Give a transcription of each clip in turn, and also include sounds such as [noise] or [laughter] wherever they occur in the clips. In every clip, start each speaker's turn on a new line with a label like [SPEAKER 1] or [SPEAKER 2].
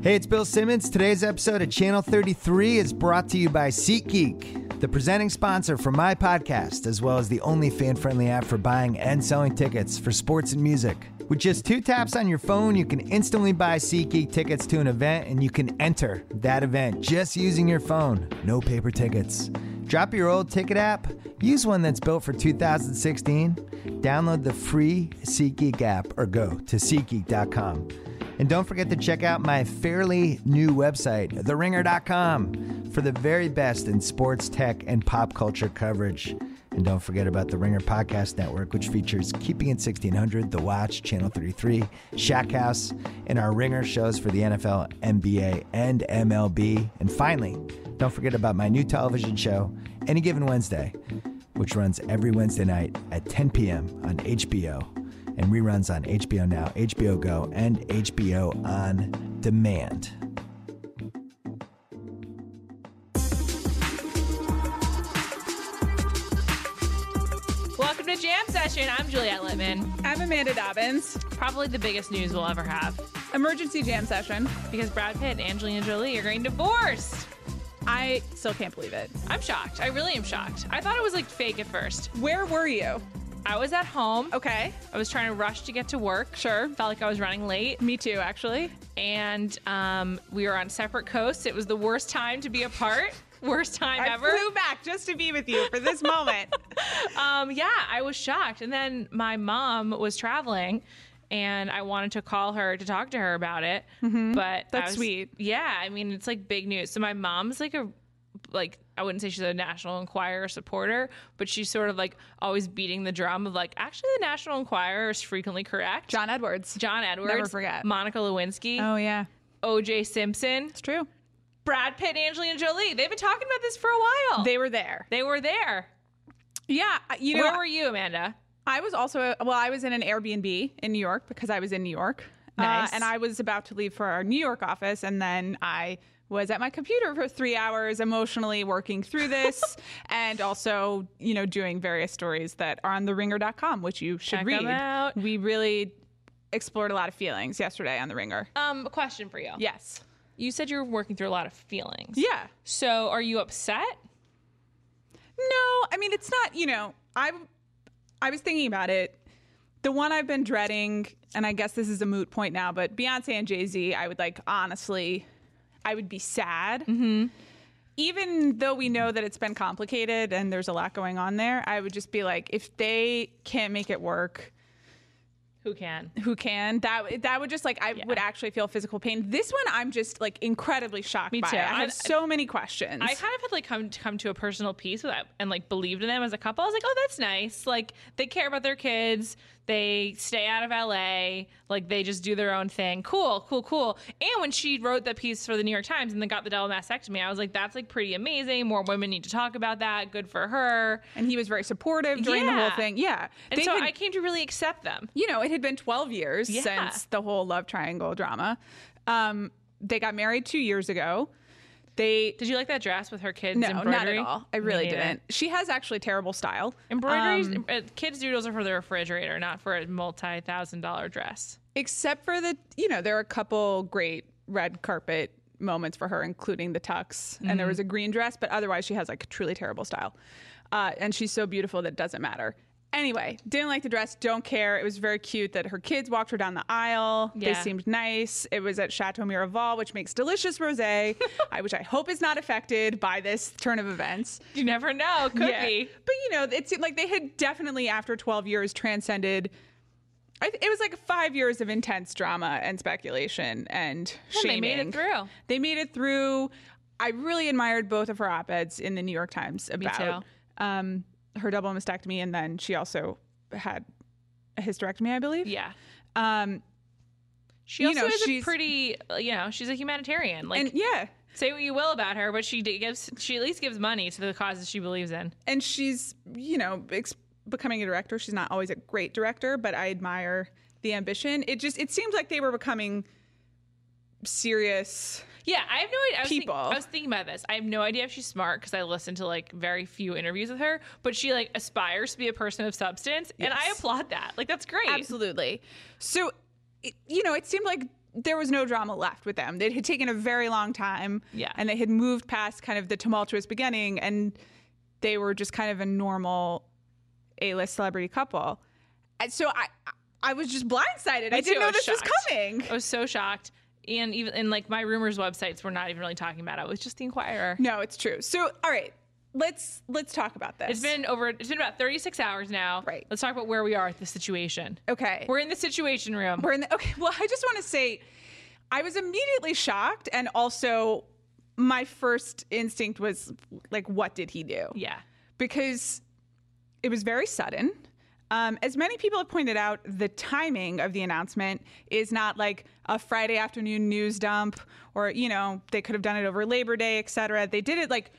[SPEAKER 1] Hey, it's Bill Simmons. Today's episode of Channel 33 is brought to you by SeatGeek, the presenting sponsor for my podcast, as well as the only fan friendly app for buying and selling tickets for sports and music. With just two taps on your phone, you can instantly buy SeatGeek tickets to an event and you can enter that event just using your phone. No paper tickets. Drop your old ticket app, use one that's built for 2016, download the free SeatGeek app or go to SeatGeek.com. And don't forget to check out my fairly new website, TheRinger.com, for the very best in sports, tech, and pop culture coverage. And don't forget about the Ringer Podcast Network, which features Keeping It 1600, The Watch, Channel 33, Shack House, and our Ringer shows for the NFL, NBA, and MLB. And finally, don't forget about my new television show, Any Given Wednesday, which runs every Wednesday night at 10 p.m. on HBO and reruns on HBO Now, HBO Go, and HBO On Demand.
[SPEAKER 2] Welcome to Jam Session. I'm Juliette Littman.
[SPEAKER 3] I'm Amanda Dobbins.
[SPEAKER 2] Probably the biggest news we'll ever have
[SPEAKER 3] Emergency jam session.
[SPEAKER 2] because Brad Pitt and Angelina Jolie are getting divorced.
[SPEAKER 3] I still can't believe it.
[SPEAKER 2] I'm shocked. I really am shocked. I thought it was like fake at first.
[SPEAKER 3] Where were you?
[SPEAKER 2] I was at home.
[SPEAKER 3] Okay.
[SPEAKER 2] I was trying to rush to get to work.
[SPEAKER 3] Sure.
[SPEAKER 2] Felt like I was running late.
[SPEAKER 3] Me too, actually.
[SPEAKER 2] And um, we were on separate coasts. It was the worst time to be apart. [laughs] Worst time ever.
[SPEAKER 3] I flew back just to be with you for this moment.
[SPEAKER 2] Um, yeah, I was shocked. And then my mom was traveling, and I wanted to call her to talk to her about it. But I
[SPEAKER 3] Mm-hmm. That's
[SPEAKER 2] was-
[SPEAKER 3] sweet.
[SPEAKER 2] Yeah, I mean, it's like big news. So my mom's like a like I wouldn't say she's a National Enquirer supporter, but she's sort of like always beating the drum of like actually the National Enquirer is frequently correct.
[SPEAKER 3] [laughs] John Edwards.
[SPEAKER 2] John Edwards,
[SPEAKER 3] forget.
[SPEAKER 2] Monica Lewinsky,
[SPEAKER 3] Oh, yeah.
[SPEAKER 2] O.J. Simpson,
[SPEAKER 3] It's true.
[SPEAKER 2] Brad Pitt, Angelina Jolie. They've been talking about this for a while.
[SPEAKER 3] They were there.
[SPEAKER 2] they were there.
[SPEAKER 3] Yeah. You know,
[SPEAKER 2] Where were you, Amanda?
[SPEAKER 3] I was also, well, I was in an Airbnb in New York because I was in New York. Uh,
[SPEAKER 2] Nice.
[SPEAKER 3] and I was about to leave for our New York office. And then I was at my computer for three hours, emotionally working [laughs] through this and also, you know, doing various stories that are on theringer.com, which you should
[SPEAKER 2] Check 'em
[SPEAKER 3] read. [laughs]
[SPEAKER 2] out.
[SPEAKER 3] We really explored a lot of feelings yesterday on The Ringer.
[SPEAKER 2] Um, a question for you.
[SPEAKER 3] Yes.
[SPEAKER 2] You said you're working through a lot of feelings.
[SPEAKER 3] Yeah.
[SPEAKER 2] So are you upset?
[SPEAKER 3] No, I mean it's not. You know, I I was thinking about it. The one I've been dreading, and I guess this is a moot point now, but Beyonce and Jay Z, I would like honestly, I would be sad. Even though we know that it's been complicated and there's a lot going on there, I would just be like, if they can't make it work,
[SPEAKER 2] Who can?
[SPEAKER 3] who can? That that would just like I would actually feel physical pain. This one, I'm just like incredibly shocked.
[SPEAKER 2] Me
[SPEAKER 3] by.
[SPEAKER 2] too.
[SPEAKER 3] I
[SPEAKER 2] I-
[SPEAKER 3] have so many questions.
[SPEAKER 2] I kind of had like come to come to a personal peace with that and like believed in them as a couple. I was like, oh, that's nice. Like they care about their kids. They stay out of LA. Like they just do their own thing. Cool, cool, cool. And when she wrote that piece for the New York Times and then got the double mastectomy, I was like, that's like pretty amazing. More women need to talk about that. Good for her.
[SPEAKER 3] and he was very supportive during the
[SPEAKER 2] Yeah.
[SPEAKER 3] whole thing. Yeah,
[SPEAKER 2] And
[SPEAKER 3] They've
[SPEAKER 2] so
[SPEAKER 3] been-
[SPEAKER 2] I came to really accept them.
[SPEAKER 3] you know, it had been 12 years
[SPEAKER 2] Yeah.
[SPEAKER 3] since the whole love triangle drama. Um, they got married two years ago. They
[SPEAKER 2] Did you like that dress with her kids?
[SPEAKER 3] no, not at
[SPEAKER 2] embroidery?
[SPEAKER 3] all. I
[SPEAKER 2] Me
[SPEAKER 3] really
[SPEAKER 2] neither.
[SPEAKER 3] didn't. She has actually terrible style.
[SPEAKER 2] Embroideries,
[SPEAKER 3] Um,
[SPEAKER 2] uh, kids' doodles are for the refrigerator, not for a multi thousand dollar dress.
[SPEAKER 3] except for the you know there are a couple great red carpet moments for her including the tux and there was a green dress but otherwise she has like a truly terrible style uh, and she's so beautiful that it doesn't matter anyway didn't like the dress don't care it was very cute that her kids walked her down the aisle they
[SPEAKER 2] Yeah.
[SPEAKER 3] seemed nice it was at chateau miraval which makes delicious rosé i which i hope is not affected by this turn of events
[SPEAKER 2] You never know. Could
[SPEAKER 3] yeah.
[SPEAKER 2] be.
[SPEAKER 3] But you know, it seemed like they had definitely, after 12 years, transcended. I, th- it was like five years of intense drama and speculation and
[SPEAKER 2] And they
[SPEAKER 3] shaming.
[SPEAKER 2] made it through.
[SPEAKER 3] They made it through. I really admired both of her op eds in the New York Times about um, her double mastectomy, and then she also had a hysterectomy, I believe.
[SPEAKER 2] Yeah.
[SPEAKER 3] Um,
[SPEAKER 2] She
[SPEAKER 3] You
[SPEAKER 2] also
[SPEAKER 3] know,
[SPEAKER 2] is a
[SPEAKER 3] she's-
[SPEAKER 2] pretty, uh, you know, she's a humanitarian. Like,
[SPEAKER 3] and yeah,
[SPEAKER 2] say what you will about her, but she d- gives, she at least gives money to the causes she believes in.
[SPEAKER 3] and she's you know ex- becoming a director she's not always a great director but i admire the ambition it just it seems like they were becoming serious
[SPEAKER 2] Yeah, I have no idea. I was, think-
[SPEAKER 3] People.
[SPEAKER 2] I was thinking about this. I have no idea if she's smart because I listened to like very few interviews with her, but she like aspires to be a person of substance, and I
[SPEAKER 3] Yes.
[SPEAKER 2] applaud that. Like, that's great.
[SPEAKER 3] absolutely so it, you know it seemed like there was no drama left with them. It had taken a very long time.
[SPEAKER 2] Yeah.
[SPEAKER 3] And they had moved past kind of the tumultuous beginning and they were just kind of a normal A list celebrity couple. And so I I was just blindsided. I
[SPEAKER 2] Me too.
[SPEAKER 3] didn't know
[SPEAKER 2] was
[SPEAKER 3] this
[SPEAKER 2] shocked.
[SPEAKER 3] was coming.
[SPEAKER 2] I was so shocked. And even and like my rumors websites were not even really talking about it. It was just the Inquirer.
[SPEAKER 3] No, it's true. So all right, let's let's talk about this.
[SPEAKER 2] It's been over it's been about 36 hours now.
[SPEAKER 3] Right.
[SPEAKER 2] Let's talk about where we are at the situation.
[SPEAKER 3] okay.
[SPEAKER 2] We're in the situation room.
[SPEAKER 3] We're in the okay. Well, I just want to say, I was immediately shocked, and also my first instinct was like, what did he do?
[SPEAKER 2] yeah.
[SPEAKER 3] Because it was very sudden. Um, as many people have pointed out, the timing of the announcement is not like a Friday afternoon news dump, or you know, they could have done it over Labor Day, et cetera. They did it like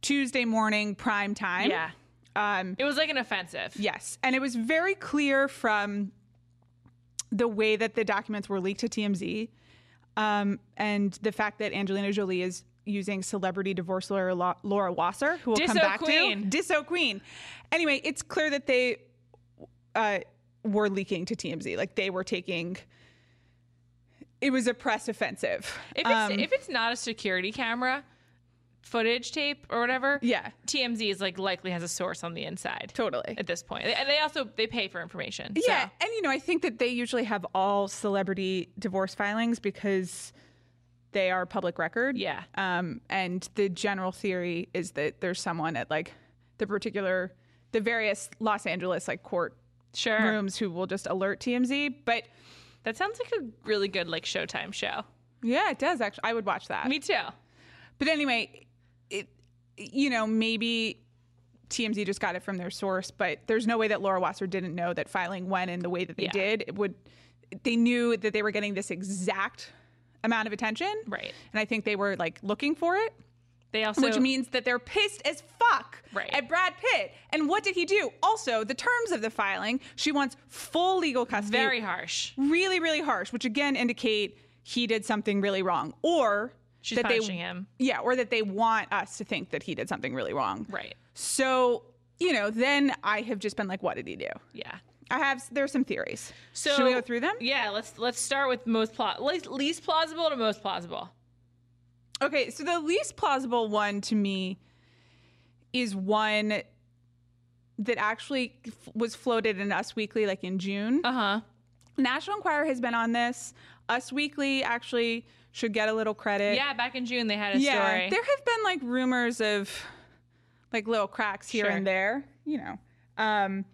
[SPEAKER 3] Tuesday morning prime time.
[SPEAKER 2] Yeah.
[SPEAKER 3] Um,
[SPEAKER 2] It was like an offensive.
[SPEAKER 3] Yes. And it was very clear from the way that the documents were leaked to TMZ um, and the fact that Angelina Jolie is using celebrity divorce lawyer Lo- Laura Wasser, who we'll come
[SPEAKER 2] Disso
[SPEAKER 3] back
[SPEAKER 2] queen.
[SPEAKER 3] to. Disso Queen. Anyway, it's clear that they uh, were leaking to TMZ. Like they were taking. It was a press offensive.
[SPEAKER 2] If it's
[SPEAKER 3] Um,
[SPEAKER 2] if it's not a security camera footage tape or whatever,
[SPEAKER 3] yeah,
[SPEAKER 2] TMZ is like likely has a source on the inside
[SPEAKER 3] totally.
[SPEAKER 2] at this point. And they also they pay for information. so-
[SPEAKER 3] Yeah, and you know, I think that they usually have all celebrity divorce filings because they are public record.
[SPEAKER 2] Yeah.
[SPEAKER 3] Um, and the general theory is that there's someone at like the particular, the various Los Angeles like court
[SPEAKER 2] Sure.
[SPEAKER 3] rooms who will just alert TMZ. But
[SPEAKER 2] That sounds like a really good like Showtime show.
[SPEAKER 3] yeah, it does actually. I would watch that.
[SPEAKER 2] Me too.
[SPEAKER 3] But anyway, it, you know, maybe TMZ just got it from their source, but there's no way that Laura Wasser didn't know that filing went in the way that they
[SPEAKER 2] Yeah.
[SPEAKER 3] did. It would, they knew that they were getting this exact amount of attention.
[SPEAKER 2] Right.
[SPEAKER 3] And I think they were like looking for it,
[SPEAKER 2] They also
[SPEAKER 3] which means that they're pissed as fuck
[SPEAKER 2] Right.
[SPEAKER 3] at Brad Pitt. And what did he do? Also, the terms of the filing, she wants full legal custody
[SPEAKER 2] very harsh.
[SPEAKER 3] really really harsh which again indicate he did something really wrong or
[SPEAKER 2] She's
[SPEAKER 3] that they
[SPEAKER 2] punishing him.
[SPEAKER 3] yeah or that they want us to think that he did something really wrong
[SPEAKER 2] Right.
[SPEAKER 3] so you know then i have just been like what did he do
[SPEAKER 2] Yeah.
[SPEAKER 3] i have there's some theories
[SPEAKER 2] So
[SPEAKER 3] should we go through them
[SPEAKER 2] Yeah, let's let's start with most plot least, least plausible to most plausible.
[SPEAKER 3] okay so the least plausible one to me is one that actually f- was floated in us weekly like in june
[SPEAKER 2] Uh-huh.
[SPEAKER 3] national enquirer has been on this us weekly actually should get a little credit
[SPEAKER 2] Yeah, back in June they had a story.
[SPEAKER 3] There have been like rumors of like little cracks here
[SPEAKER 2] Sure.
[SPEAKER 3] and there, you know. Um,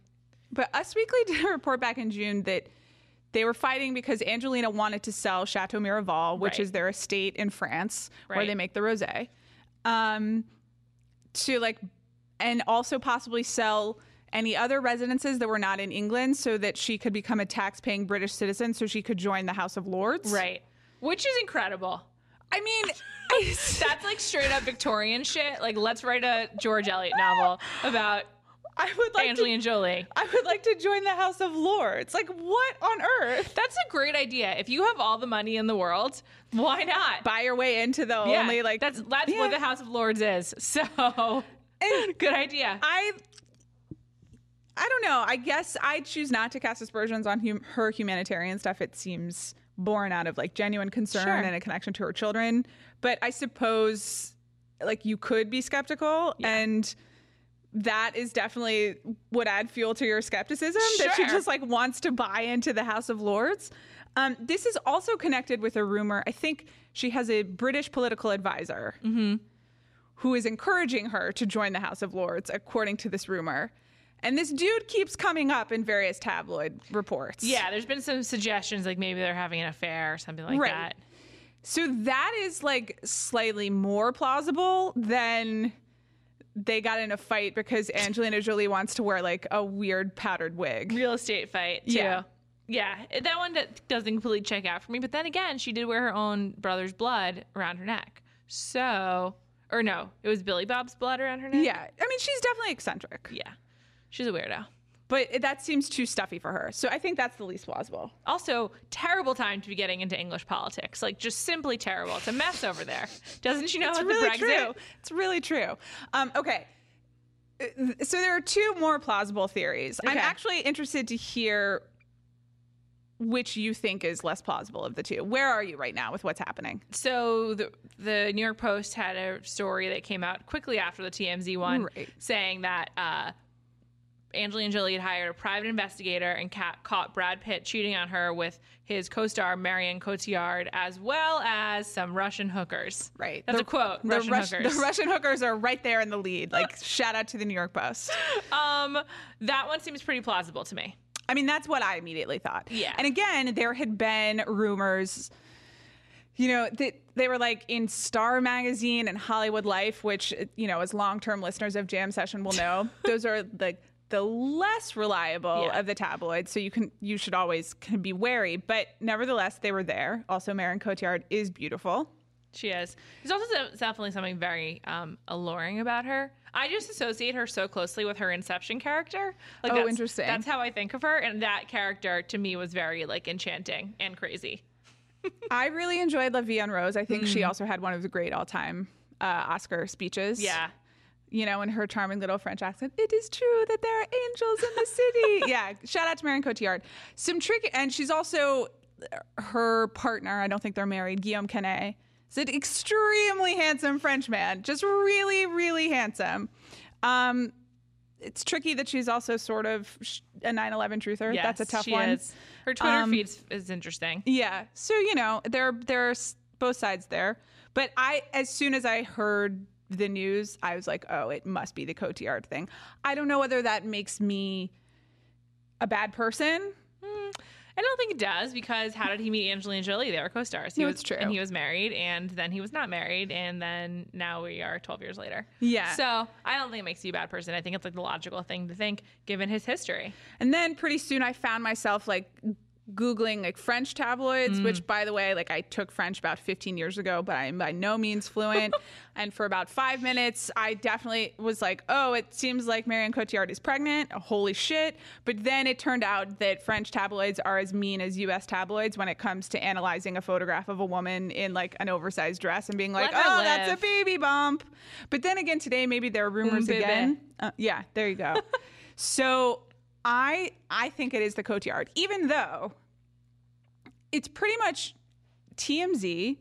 [SPEAKER 3] but Us Weekly [laughs] did a report back in June that they were fighting because Angelina wanted to sell Chateau Miraval, which
[SPEAKER 2] Right.
[SPEAKER 3] is their estate in France where
[SPEAKER 2] Right.
[SPEAKER 3] they make the rosé, um, to like, and also possibly sell any other residences that were not in England so that she could become a tax-paying British citizen so she could join the House of Lords.
[SPEAKER 2] Right. Which is incredible.
[SPEAKER 3] I mean, [laughs] I,
[SPEAKER 2] [laughs] That's like straight up Victorian shit. Like let's write a George Eliot novel about
[SPEAKER 3] I would [laughs] like to
[SPEAKER 2] Angelina Jolie.
[SPEAKER 3] I would like to join the House of Lords. Like, what on earth?
[SPEAKER 2] That's a great idea. If you have all the money in the world, why not?
[SPEAKER 3] Buy your way into the
[SPEAKER 2] Yeah,
[SPEAKER 3] only like
[SPEAKER 2] that's that's
[SPEAKER 3] Yeah.
[SPEAKER 2] what the House of Lords is. So [laughs]
[SPEAKER 3] [laughs] And
[SPEAKER 2] good idea.
[SPEAKER 3] I, I don't know. I guess I choose not to cast aspersions on hum- her humanitarian stuff. It seems born out of like genuine concern
[SPEAKER 2] Sure.
[SPEAKER 3] and a connection to her children. But I suppose like you could be skeptical and. That is definitely would add fuel to your skepticism that she
[SPEAKER 2] Sure.
[SPEAKER 3] just like wants to buy into the House of Lords. Um, this is also connected with a rumor. I think she has a British political advisor who is encouraging her to join the House of Lords, according to this rumor. And this dude keeps coming up in various tabloid reports.
[SPEAKER 2] Yeah, there's been some suggestions like maybe they're having an affair or something like
[SPEAKER 3] Right.
[SPEAKER 2] that.
[SPEAKER 3] So that is like slightly more plausible than they got in a fight because Angelina Jolie wants to wear like a weird powdered wig.
[SPEAKER 2] Real estate fight too.
[SPEAKER 3] Yeah.
[SPEAKER 2] Yeah. that one do- doesn't completely check out for me. But then again, she did wear her own brother's blood around her neck. So, or no, it was Billy Bob's blood around her neck.
[SPEAKER 3] Yeah. I mean, she's definitely eccentric,
[SPEAKER 2] yeah, she's a weirdo.
[SPEAKER 3] but that seems too stuffy for her. So I think that's the least plausible.
[SPEAKER 2] Also, terrible time to be getting into English politics. Like, just simply terrible. It's a mess over there. Doesn't she know
[SPEAKER 3] It's
[SPEAKER 2] about
[SPEAKER 3] really
[SPEAKER 2] Oh, the Brexit?
[SPEAKER 3] true. It's really true. Um, okay. Uh, th- So there are two more plausible theories. I'm
[SPEAKER 2] Okay.
[SPEAKER 3] actually interested to hear which you think is less plausible of the two. Where are you right now with what's happening?
[SPEAKER 2] so the, the New York Post had a story that came out quickly after the TMZ one
[SPEAKER 3] Right.
[SPEAKER 2] saying that uh, Angelina Jolie had hired a private investigator and ca- caught Brad Pitt cheating on her with his co-star Marion Cotillard as well as some Russian hookers.
[SPEAKER 3] Right.
[SPEAKER 2] That's
[SPEAKER 3] The-
[SPEAKER 2] a quote.
[SPEAKER 3] The,
[SPEAKER 2] Russian
[SPEAKER 3] Rus-
[SPEAKER 2] hookers.
[SPEAKER 3] the Russian hookers are right there in the lead. Like, shout out to the New York Post.
[SPEAKER 2] um, that one seems pretty plausible to me.
[SPEAKER 3] I mean, that's what I immediately thought.
[SPEAKER 2] Yeah.
[SPEAKER 3] And again, there had been rumors, you know, that they were like in Star Magazine and Hollywood Life, which, you know, as long term listeners of Jam Session
[SPEAKER 2] [laughs]
[SPEAKER 3] will know, those are like the less reliable
[SPEAKER 2] Yeah.
[SPEAKER 3] of the tabloids. So you can, you should always can be wary. But nevertheless, they were there. Also, Marion Cotillard is beautiful.
[SPEAKER 2] She is. There's also so- definitely something very um, alluring about her. I just associate her so closely with her Inception character. Like
[SPEAKER 3] Oh,
[SPEAKER 2] that's,
[SPEAKER 3] interesting.
[SPEAKER 2] That's how I think of her, and that character to me was very like enchanting and crazy.
[SPEAKER 3] I really enjoyed La Vie en Rose. I think
[SPEAKER 2] Mm.
[SPEAKER 3] she also had one of the great all time uh, Oscar speeches.
[SPEAKER 2] Yeah,
[SPEAKER 3] you know, in her charming little French accent, it is true that there are angels in
[SPEAKER 2] [laughs]
[SPEAKER 3] the city. yeah, shout out to Marion Cotillard. Some trick, and she's also uh, her partner. I don't think they're married. Guillaume Canet is an extremely handsome French man, just really, really handsome. Um, it's tricky that she's also sort of sh- a 9/11 truther.
[SPEAKER 2] Yes,
[SPEAKER 3] That's a tough
[SPEAKER 2] she
[SPEAKER 3] one.
[SPEAKER 2] is. Her Twitter
[SPEAKER 3] Um,
[SPEAKER 2] feed is interesting.
[SPEAKER 3] [laughs] Yeah. So you know, there there are s- both sides there. But I, as soon as I heard the news, I was like, oh, it must be the Cotillard thing. I don't know whether that makes me a bad person.
[SPEAKER 2] I don't think it does because how did he meet Angelina Jolie? They were co-stars. He
[SPEAKER 3] No,
[SPEAKER 2] was,
[SPEAKER 3] it's true.
[SPEAKER 2] and he was married, and then he was not married, and then now we are 12 years later.
[SPEAKER 3] Yeah.
[SPEAKER 2] So I don't think it makes you a bad person. I think it's like the logical thing to think given his history.
[SPEAKER 3] And then pretty soon, I found myself like googling like French tabloids,
[SPEAKER 2] Mm.
[SPEAKER 3] which by the way, like I took French about 15 years ago, but I am by no means
[SPEAKER 2] [laughs]
[SPEAKER 3] fluent. and for about five minutes, I definitely was like, "Oh, it seems like Marion Cotillard is pregnant. Holy shit!" But then it turned out that French tabloids are as mean as U.S. tabloids when it comes to analyzing a photograph of a woman in like an oversized dress and being like,
[SPEAKER 2] Let her
[SPEAKER 3] "Oh, that's a
[SPEAKER 2] live."
[SPEAKER 3] baby bump." But then again, today maybe there are rumors
[SPEAKER 2] bébé.
[SPEAKER 3] again. Uh, yeah, there you go. so I I think it is the Cotillard, even though it's pretty much TMZ,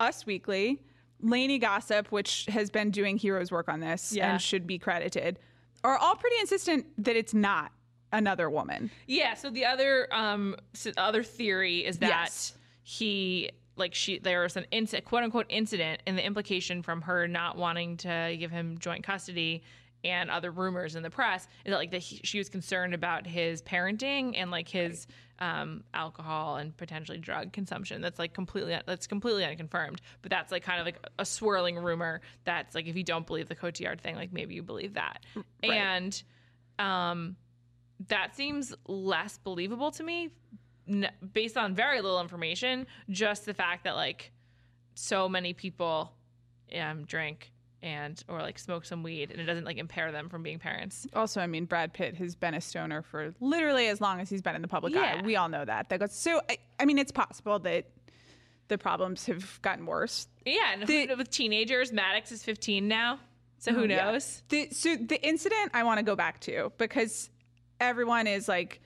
[SPEAKER 3] Us Weekly, Laney Gossip, which has been doing heroes work on this
[SPEAKER 2] Yeah.
[SPEAKER 3] and should be credited, are all pretty insistent that it's not another woman.
[SPEAKER 2] Yeah. So the other um s other theory is that
[SPEAKER 3] Yes.
[SPEAKER 2] he like she there was an incident quote unquote incident and the implication from her not wanting to give him joint custody and other rumors in the press is that like that he, she was concerned about his parenting and like his um, alcohol and potentially drug consumption that's like completely that's completely unconfirmed but that's like kind of like a swirling rumor that's like if you don't believe the cotillard thing like maybe you believe that and um that seems less believable to me n- based on very little information just the fact that like so many people um, drink and or like smoke some weed and it doesn't like impair them from being parents
[SPEAKER 3] Also, I mean, Brad Pitt has been a stoner for literally as long as he's been in the public eye.
[SPEAKER 2] Yeah.
[SPEAKER 3] We all know that. That goes so. I, I mean, it's possible that the problems have gotten worse.
[SPEAKER 2] yeah and
[SPEAKER 3] The- Oh,
[SPEAKER 2] with teenagers maddox is 15 now so who
[SPEAKER 3] Yeah.
[SPEAKER 2] knows
[SPEAKER 3] The, so the incident I want to go back to because everyone is like,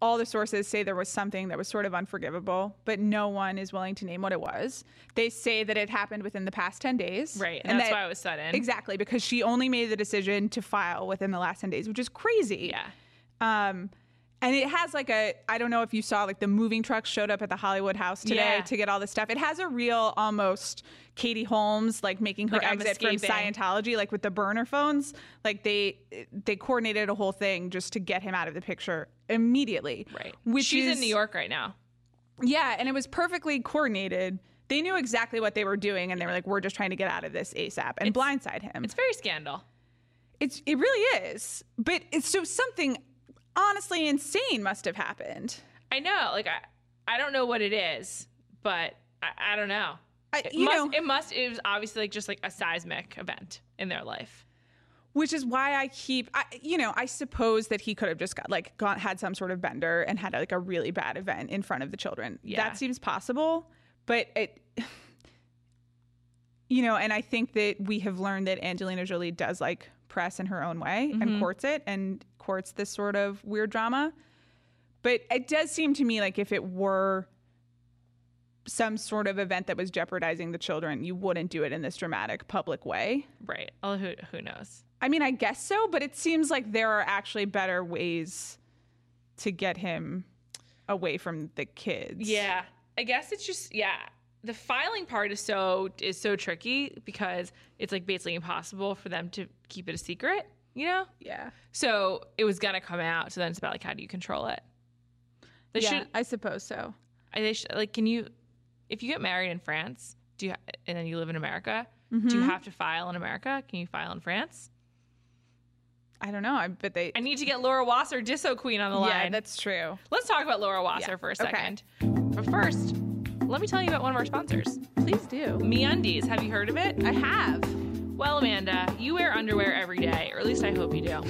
[SPEAKER 3] all the sources say there was something that was sort of unforgivable, but no one is willing to name what it was. They say that it happened within the past 10 days.
[SPEAKER 2] right and, that's
[SPEAKER 3] that-
[SPEAKER 2] why it was sudden
[SPEAKER 3] Exactly, because she only made the decision to file within the last 10 days, which is crazy.
[SPEAKER 2] yeah
[SPEAKER 3] Um, and it has like a I don't know if you saw like the moving truck showed up at the Hollywood House today
[SPEAKER 2] Yeah.
[SPEAKER 3] to get all this stuff. It has a real almost Katie Holmes like making her
[SPEAKER 2] Like, I'm
[SPEAKER 3] exit from
[SPEAKER 2] escaping.
[SPEAKER 3] Scientology like with the burner phones. Like they they coordinated a whole thing just to get him out of the picture immediately.
[SPEAKER 2] right
[SPEAKER 3] Which
[SPEAKER 2] she's
[SPEAKER 3] is,
[SPEAKER 2] in new york right now
[SPEAKER 3] Yeah, and it was perfectly coordinated. They knew exactly what they were doing, and they were like, "We're just trying to get out of this ASAP and blindside him."
[SPEAKER 2] it's very scandal
[SPEAKER 3] It's it really is. But it's so something honestly insane must have happened.
[SPEAKER 2] i know like i i don't know what it is but i, I don't know
[SPEAKER 3] I,
[SPEAKER 2] it
[SPEAKER 3] you
[SPEAKER 2] must
[SPEAKER 3] know,
[SPEAKER 2] it must it was obviously like just like a seismic event in their life
[SPEAKER 3] which is why I keep, I, you know, I suppose that he could have just got like got, had some sort of bender and had like a really bad event in front of the children.
[SPEAKER 2] Yeah.
[SPEAKER 3] That seems possible, but it, [sighs] you know, and I think that we have learned that Angelina Jolie does like press in her own way and courts it and courts this sort of weird drama. But it does seem to me like if it were some sort of event that was jeopardizing the children, you wouldn't do it in this dramatic public way.
[SPEAKER 2] Right. Oh, who who knows?
[SPEAKER 3] I mean, I guess so, but it seems like there are actually better ways to get him away from the kids.
[SPEAKER 2] Yeah. I guess it's just yeah. The filing part is so is so tricky because it's like basically impossible for them to keep it a secret, you know?
[SPEAKER 3] Yeah.
[SPEAKER 2] So it was gonna come out. So then it's about like how do you control it? They
[SPEAKER 3] yeah,
[SPEAKER 2] should
[SPEAKER 3] I suppose so.
[SPEAKER 2] I- they should like can you if you get married in France, do you ha- and then you live in America, do
[SPEAKER 3] Mm-hmm.
[SPEAKER 2] you have to file in America? Can you file in France?
[SPEAKER 3] I don't know. I bet they
[SPEAKER 2] I need to get Laura Wasser Disso Queen on the line.
[SPEAKER 3] Yeah, that's true.
[SPEAKER 2] Let's talk about Laura Wasser
[SPEAKER 3] Yeah,
[SPEAKER 2] for a
[SPEAKER 3] okay.
[SPEAKER 2] second. But first, let me tell you about one of our sponsors,
[SPEAKER 3] Please do.
[SPEAKER 2] MeUndies. Have you heard of it?
[SPEAKER 3] I have.
[SPEAKER 2] Well, Amanda, you wear underwear every day, or at least I hope you
[SPEAKER 3] [laughs]
[SPEAKER 2] do.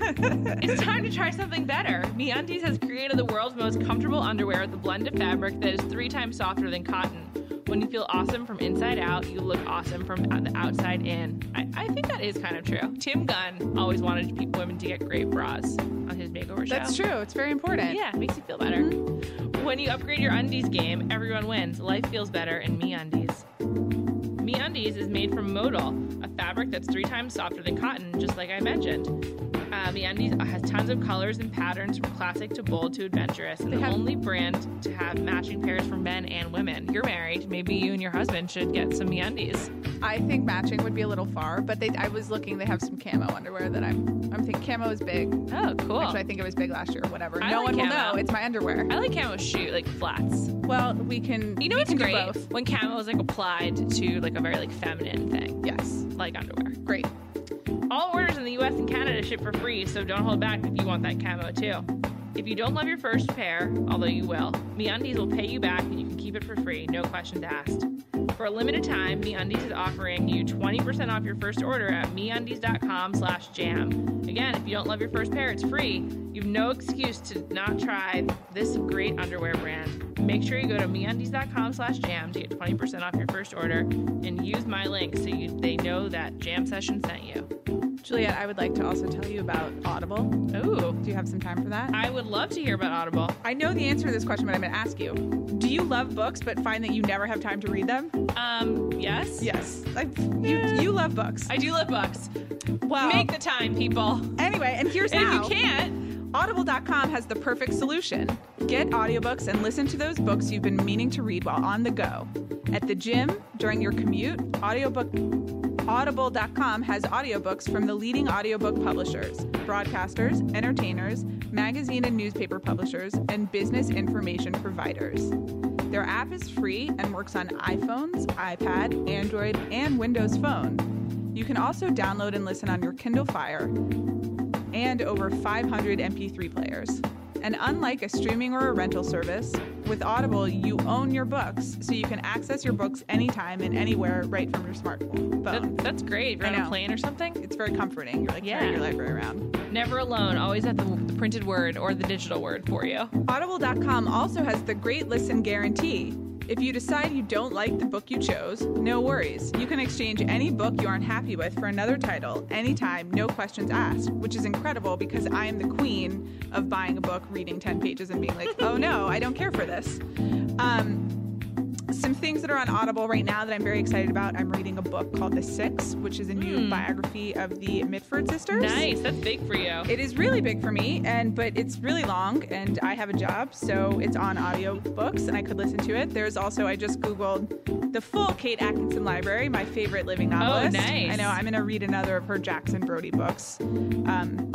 [SPEAKER 2] it's time to try something better. MeUndies has created the world's most comfortable underwear with a blend of fabric that is three times softer than cotton. When you feel awesome from inside out, you look awesome from the outside in. I, I think that is kind of true. Tim Gunn always wanted people, women to get great bras on his makeover show.
[SPEAKER 3] That's true. It's very important.
[SPEAKER 2] [laughs] Yeah, it makes you feel better.
[SPEAKER 3] Mm-hmm.
[SPEAKER 2] When you upgrade your undies game, everyone wins. Life feels better in me undies. Me undies is made from modal, a fabric that's three times softer than cotton, just like I mentioned. Uh, me undies has tons of colors and patterns from classic to bold to adventurous, and
[SPEAKER 3] They
[SPEAKER 2] the
[SPEAKER 3] have-
[SPEAKER 2] only brand to have matching pairs for men and women. You're married, maybe you and your husband should get some me undies.
[SPEAKER 3] I think matching would be a little far, but they I was looking they have some camo underwear that I'm I'm thinking camo is big.
[SPEAKER 2] Oh, cool.
[SPEAKER 3] Actually, I think it was big last year, whatever.
[SPEAKER 2] I
[SPEAKER 3] no
[SPEAKER 2] like
[SPEAKER 3] one will
[SPEAKER 2] camo.
[SPEAKER 3] know. It's my underwear.
[SPEAKER 2] I like camo shoe, like flats.
[SPEAKER 3] Well, we can
[SPEAKER 2] You know
[SPEAKER 3] we
[SPEAKER 2] it's
[SPEAKER 3] can do
[SPEAKER 2] great
[SPEAKER 3] both.
[SPEAKER 2] when camo is like applied to like a very like feminine thing,
[SPEAKER 3] Yes.
[SPEAKER 2] like underwear.
[SPEAKER 3] Great.
[SPEAKER 2] All orders in the US and Canada ship for free, so don't hold back if you want that camo too. If you don't love your first pair, although you will, MeUndies will pay you back and you can keep it for free, no questions asked. For a limited time, MeUndies is offering you 20% off your first order at MeUndies.com slash jam. Again, if you don't love your first pair, it's free. You've no excuse to not try this great underwear brand. Make sure you go to MeUndies.com slash jam to get 20% off your first order and use my link so you, they know that Jam Session sent you.
[SPEAKER 3] Juliet, I would like to also tell you about Audible.
[SPEAKER 2] Ooh,
[SPEAKER 3] Do you have some time for that?
[SPEAKER 2] I would love to hear about Audible.
[SPEAKER 3] I know the answer to this question, but I'm going to ask you. Do you love books but find that you never have time to read them?
[SPEAKER 2] Um, yes.
[SPEAKER 3] Yes. I, you, you love books.
[SPEAKER 2] I do love books.
[SPEAKER 3] Well,
[SPEAKER 2] Make the time, people.
[SPEAKER 3] anyway, and here's
[SPEAKER 2] And
[SPEAKER 3] how.
[SPEAKER 2] if you can't,
[SPEAKER 3] Audible.com has the perfect solution. Get audiobooks and listen to those books you've been meaning to read while on the go. At the gym, during your commute, audiobook Audible.com has audiobooks from the leading audiobook publishers, broadcasters, entertainers, magazine and newspaper publishers, and business information providers. Their app is free and works on iPhones, iPad, Android, and Windows Phone. You can also download and listen on your Kindle Fire and over 500 MP3 players. And unlike a streaming or a rental service, with Audible, you own your books, so you can access your books anytime and anywhere right from your smartphone.
[SPEAKER 2] that, that's great. If you're
[SPEAKER 3] I
[SPEAKER 2] on a
[SPEAKER 3] know.
[SPEAKER 2] plane or something,
[SPEAKER 3] It's very comforting. You're like
[SPEAKER 2] Yeah.
[SPEAKER 3] carrying your library around.
[SPEAKER 2] never alone. Always have the, the printed word or the digital word for you.
[SPEAKER 3] Audible.com also has the great listen guarantee. If you decide you don't like the book you chose, no worries. You can exchange any book you aren't happy with for another title anytime, no questions asked, which is incredible because I am the queen of buying a book, reading 10 pages, and being like, oh no, I don't care for this. Um, some things that are on Audible right now that I'm very excited about. I'm reading a book called The Six, which is a new biography of the Mitford sisters.
[SPEAKER 2] Nice. That's big for you.
[SPEAKER 3] It is really big for me, and but it's really long, and I have a job, so it's on audiobooks, and I could listen to it. There's also I just googled the full Kate Atkinson library, my favorite living novelist.
[SPEAKER 2] nice.
[SPEAKER 3] I know I'm gonna read another of her Jackson Brody books um,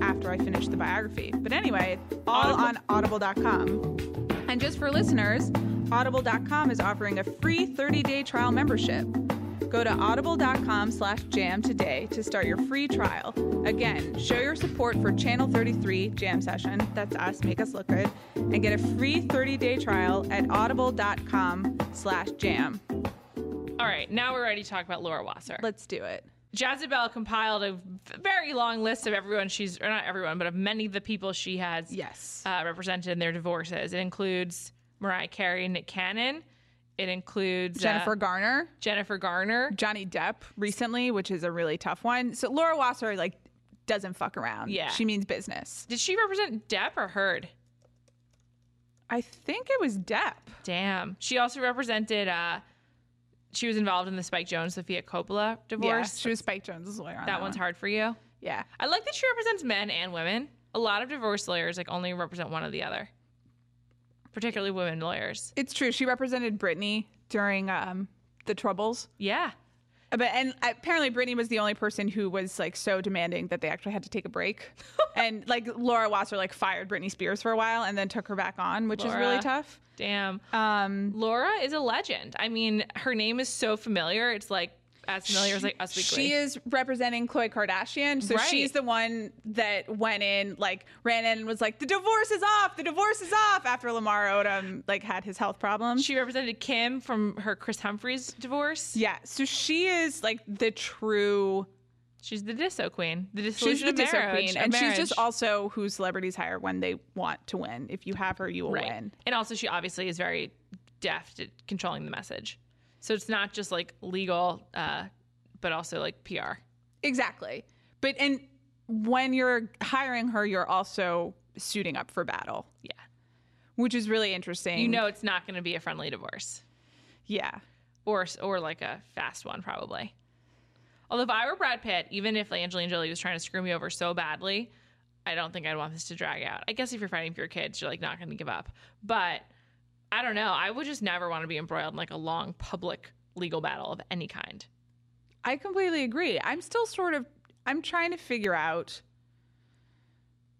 [SPEAKER 3] after I finish the biography. But anyway, all
[SPEAKER 2] Audible-
[SPEAKER 3] on Audible.com. And just for listeners, Audible.com is offering a free 30-day trial membership. Go to audible.com slash jam today to start your free trial. Again, show your support for Channel 33 Jam Session, that's us, make us look good, and get a free 30-day trial at audible.com slash jam.
[SPEAKER 2] All right, now we're ready to talk about Laura Wasser.
[SPEAKER 3] Let's do it.
[SPEAKER 2] Jezebel compiled a very long list of everyone she's, or not everyone, but of many of the people she has
[SPEAKER 3] Yes.
[SPEAKER 2] uh, represented in their divorces. It includes Mariah Carey and Nick Cannon. It includes uh,
[SPEAKER 3] Jennifer Garner,
[SPEAKER 2] Jennifer Garner.
[SPEAKER 3] Johnny Depp recently, which is a really tough one. So Laura Wasser, like, doesn't fuck around.
[SPEAKER 2] Yeah.
[SPEAKER 3] She means business.
[SPEAKER 2] Did she represent Depp or Heard?
[SPEAKER 3] I think it was Depp.
[SPEAKER 2] Damn. She also represented. uh She was involved in the Spike Jones Sophia Coppola
[SPEAKER 3] Yeah,
[SPEAKER 2] divorce.
[SPEAKER 3] she was Spike Jones's lawyer. On that,
[SPEAKER 2] that one's hard for you.
[SPEAKER 3] Yeah,
[SPEAKER 2] I like that she represents men and women. A lot of divorce lawyers like only represent one or the other, particularly women lawyers.
[SPEAKER 3] it's true. She represented Britney during um, the Troubles.
[SPEAKER 2] Yeah.
[SPEAKER 3] Uh, But and apparently Britney was the only person who was like so demanding that they actually had to take a
[SPEAKER 2] [laughs]
[SPEAKER 3] break. and like Laura Wasser like fired Britney Spears for a while and then took her back on, which is really
[SPEAKER 2] Laura.
[SPEAKER 3] tough.
[SPEAKER 2] Damn.
[SPEAKER 3] Um,
[SPEAKER 2] Laura is a legend. I mean, her name is so familiar. It's like as familiar as like Us Weekly.
[SPEAKER 3] She is representing Khloe Kardashian, so
[SPEAKER 2] Right.
[SPEAKER 3] she's the one that went in, like ran in and was like, "The divorce is off. The divorce is off." After Lamar Odom like had his health problems.
[SPEAKER 2] She represented Kim from her Chris Humphries divorce.
[SPEAKER 3] yeah, so she is like the true.
[SPEAKER 2] She's the disso queen. The
[SPEAKER 3] She's
[SPEAKER 2] dissolution
[SPEAKER 3] the
[SPEAKER 2] of
[SPEAKER 3] disso
[SPEAKER 2] marriage,
[SPEAKER 3] queen,
[SPEAKER 2] of
[SPEAKER 3] and she's
[SPEAKER 2] marriage.
[SPEAKER 3] just also who celebrities hire when they want to win. If you have her, you will
[SPEAKER 2] Right.
[SPEAKER 3] win.
[SPEAKER 2] And also, she obviously is very deft at controlling the message. So it's not just like legal, uh, but also like PR.
[SPEAKER 3] Exactly. But and when you're hiring her, you're also suiting up for battle.
[SPEAKER 2] Yeah.
[SPEAKER 3] Which is really interesting.
[SPEAKER 2] You know, it's not going to be a friendly divorce
[SPEAKER 3] Yeah.
[SPEAKER 2] or or like a fast one, probably. Although, if I were Brad Pitt, even if like Angelina Jolie was trying to screw me over so badly, I don't think I'd want this to drag out. I guess if you're fighting for your kids, you're like not going to give up. But I don't know. I would just never want to be embroiled in like a long public legal battle of any kind.
[SPEAKER 3] I completely agree. I'm still sort of I'm trying to figure out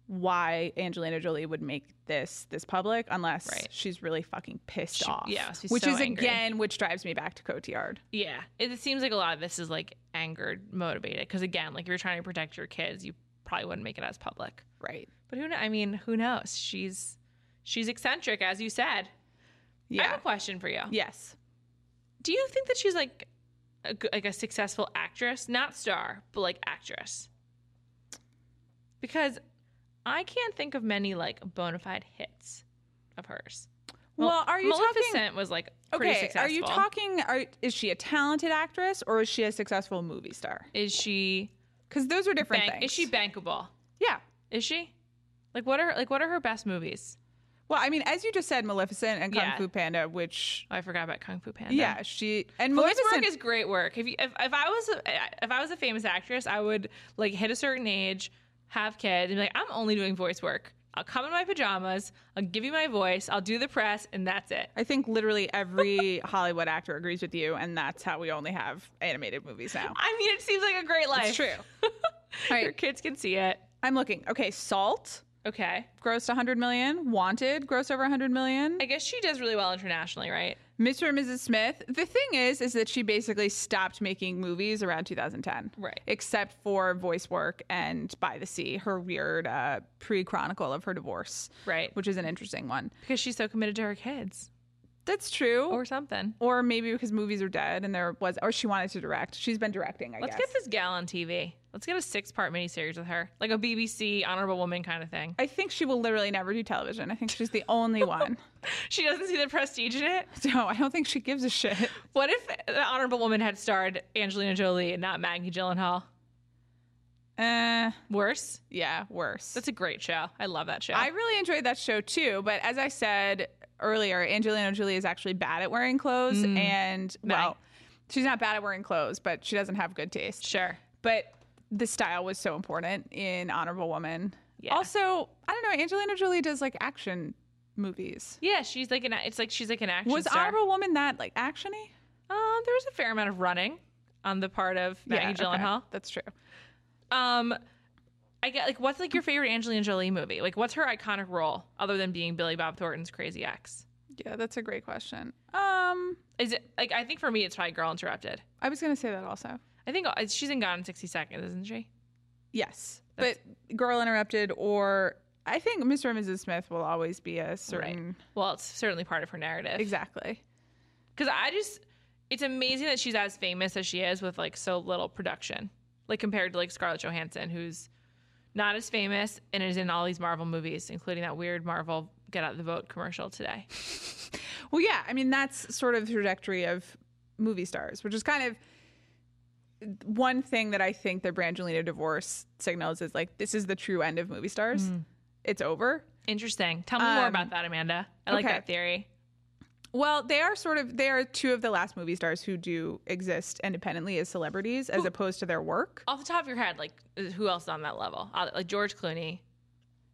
[SPEAKER 3] why Angelina Jolie would make this this public unless
[SPEAKER 2] Right.
[SPEAKER 3] she's really fucking pissed
[SPEAKER 2] She-
[SPEAKER 3] off.
[SPEAKER 2] yeah, she's
[SPEAKER 3] which
[SPEAKER 2] so
[SPEAKER 3] is
[SPEAKER 2] angry.
[SPEAKER 3] again which drives me back to Cotillard.
[SPEAKER 2] Yeah, it, it seems like a lot of this is like angered, motivated. Because again, like if you're trying to protect your kids, you probably wouldn't make it as public.
[SPEAKER 3] Right.
[SPEAKER 2] But who? kn- I mean, who knows? She's she's eccentric, as you said. I
[SPEAKER 3] Yeah.
[SPEAKER 2] have a question for you.
[SPEAKER 3] Yes.
[SPEAKER 2] Do you think that she's like a, g- like a successful actress, not star, but like actress? Because I can't think of many like bona fide hits of hers.
[SPEAKER 3] Well, are you
[SPEAKER 2] Maleficent
[SPEAKER 3] talking
[SPEAKER 2] was like pretty
[SPEAKER 3] Okay,
[SPEAKER 2] successful.
[SPEAKER 3] are you talking are is she a talented actress or is she a successful movie star?
[SPEAKER 2] Is she
[SPEAKER 3] Cuz those are different
[SPEAKER 2] bank-
[SPEAKER 3] things.
[SPEAKER 2] is she bankable?
[SPEAKER 3] Yeah.
[SPEAKER 2] Is she? Like what are like what are her best movies?
[SPEAKER 3] Well, I mean, as you just said, Maleficent and Kung
[SPEAKER 2] Yeah.
[SPEAKER 3] Fu Panda, which
[SPEAKER 2] Oh, I forgot about Kung Fu Panda.
[SPEAKER 3] yeah, she and
[SPEAKER 2] Voice
[SPEAKER 3] Maleficent
[SPEAKER 2] work is great work. If, you, if if I was a, if I was a famous actress, I would like hit a certain age, have kids, and be like, I'm only doing voice work. I'll come in my pajamas. I'll give you my voice. I'll do the press, and that's it.
[SPEAKER 3] I think literally every [laughs] Hollywood actor agrees with you, and that's how we only have animated movies now.
[SPEAKER 2] I mean, it seems like a great life.
[SPEAKER 3] It's true.
[SPEAKER 2] [laughs] Your kids can see it.
[SPEAKER 3] I'm looking. Okay, Salt
[SPEAKER 2] Okay.
[SPEAKER 3] grossed 100 million. Wanted grossed over 100 million.
[SPEAKER 2] I guess she does really well internationally, right?
[SPEAKER 3] Mr. and Mrs. Smith. The thing is, is that she basically stopped making movies around 2010,
[SPEAKER 2] Right.
[SPEAKER 3] Except for voice work and By the Sea, her weird uh, pre-chronicle of her divorce,
[SPEAKER 2] Right.
[SPEAKER 3] which is an interesting one.
[SPEAKER 2] Because she's so committed to her kids
[SPEAKER 3] That's true.
[SPEAKER 2] or something.
[SPEAKER 3] or maybe because movies are dead and there was or she wanted to direct she's been directing i
[SPEAKER 2] Let's
[SPEAKER 3] guess
[SPEAKER 2] get this gal on TV. Let's get a six part miniseries with her, like a BBC honorable woman kind of thing. [laughs]
[SPEAKER 3] i think she will literally never do television i think she's the only one
[SPEAKER 2] She doesn't see the prestige in it.
[SPEAKER 3] no i don't think she gives a shit
[SPEAKER 2] What if the honorable woman had starred Angelina Jolie and not Maggie Gyllenhaal?
[SPEAKER 3] uh,
[SPEAKER 2] Worse.
[SPEAKER 3] yeah worse
[SPEAKER 2] That's a great show. I love that show.
[SPEAKER 3] i really enjoyed that show too but as i said earlier angelina jolie is actually bad at wearing clothes
[SPEAKER 2] Mm.
[SPEAKER 3] and well she's not bad at wearing clothes but she doesn't have good taste
[SPEAKER 2] sure.
[SPEAKER 3] but the style was so important in honorable woman
[SPEAKER 2] Yeah.
[SPEAKER 3] also i don't know angelina jolie does like action movies
[SPEAKER 2] Yeah, she's like an. It's like she's like an action
[SPEAKER 3] Was
[SPEAKER 2] star.
[SPEAKER 3] Honorable Woman that like actiony?
[SPEAKER 2] Um, there was a fair amount of running on the part of Maggie
[SPEAKER 3] okay.
[SPEAKER 2] Gyllenhaal.
[SPEAKER 3] That's true.
[SPEAKER 2] Um, I get like, what's like your favorite Angelina Jolie movie? Like, what's her iconic role other than being Billy Bob Thornton's Crazy Ex?
[SPEAKER 3] Yeah, that's a great question. Um,
[SPEAKER 2] Is it like I think for me it's probably Girl Interrupted.
[SPEAKER 3] I was gonna say that also.
[SPEAKER 2] I think uh, she's in Gone in sixty seconds, isn't she?
[SPEAKER 3] Yes, but Girl Interrupted or I think Mr. and Mrs. Smith will always be a certain
[SPEAKER 2] Well, it's certainly part of her narrative.
[SPEAKER 3] exactly.
[SPEAKER 2] because I just it's amazing that she's as famous as she is with like so little production, like compared to like Scarlett Johansson, who's not as famous and is in all these Marvel movies, including that weird Marvel Get Out the Vote commercial today.
[SPEAKER 3] Well, yeah, I mean that's sort of the trajectory of movie stars, which is kind of one thing that I think the Brangelina divorce signals is like this is the true end of movie stars. It's over.
[SPEAKER 2] Interesting. Tell me more
[SPEAKER 3] Um,
[SPEAKER 2] about that, Amanda. I like
[SPEAKER 3] okay.
[SPEAKER 2] that theory.
[SPEAKER 3] Well, they are sort of they are two of the last movie stars who do exist independently as celebrities as opposed to their work.
[SPEAKER 2] Off the top of your head, like who else is on that level? Uh, Like George Clooney.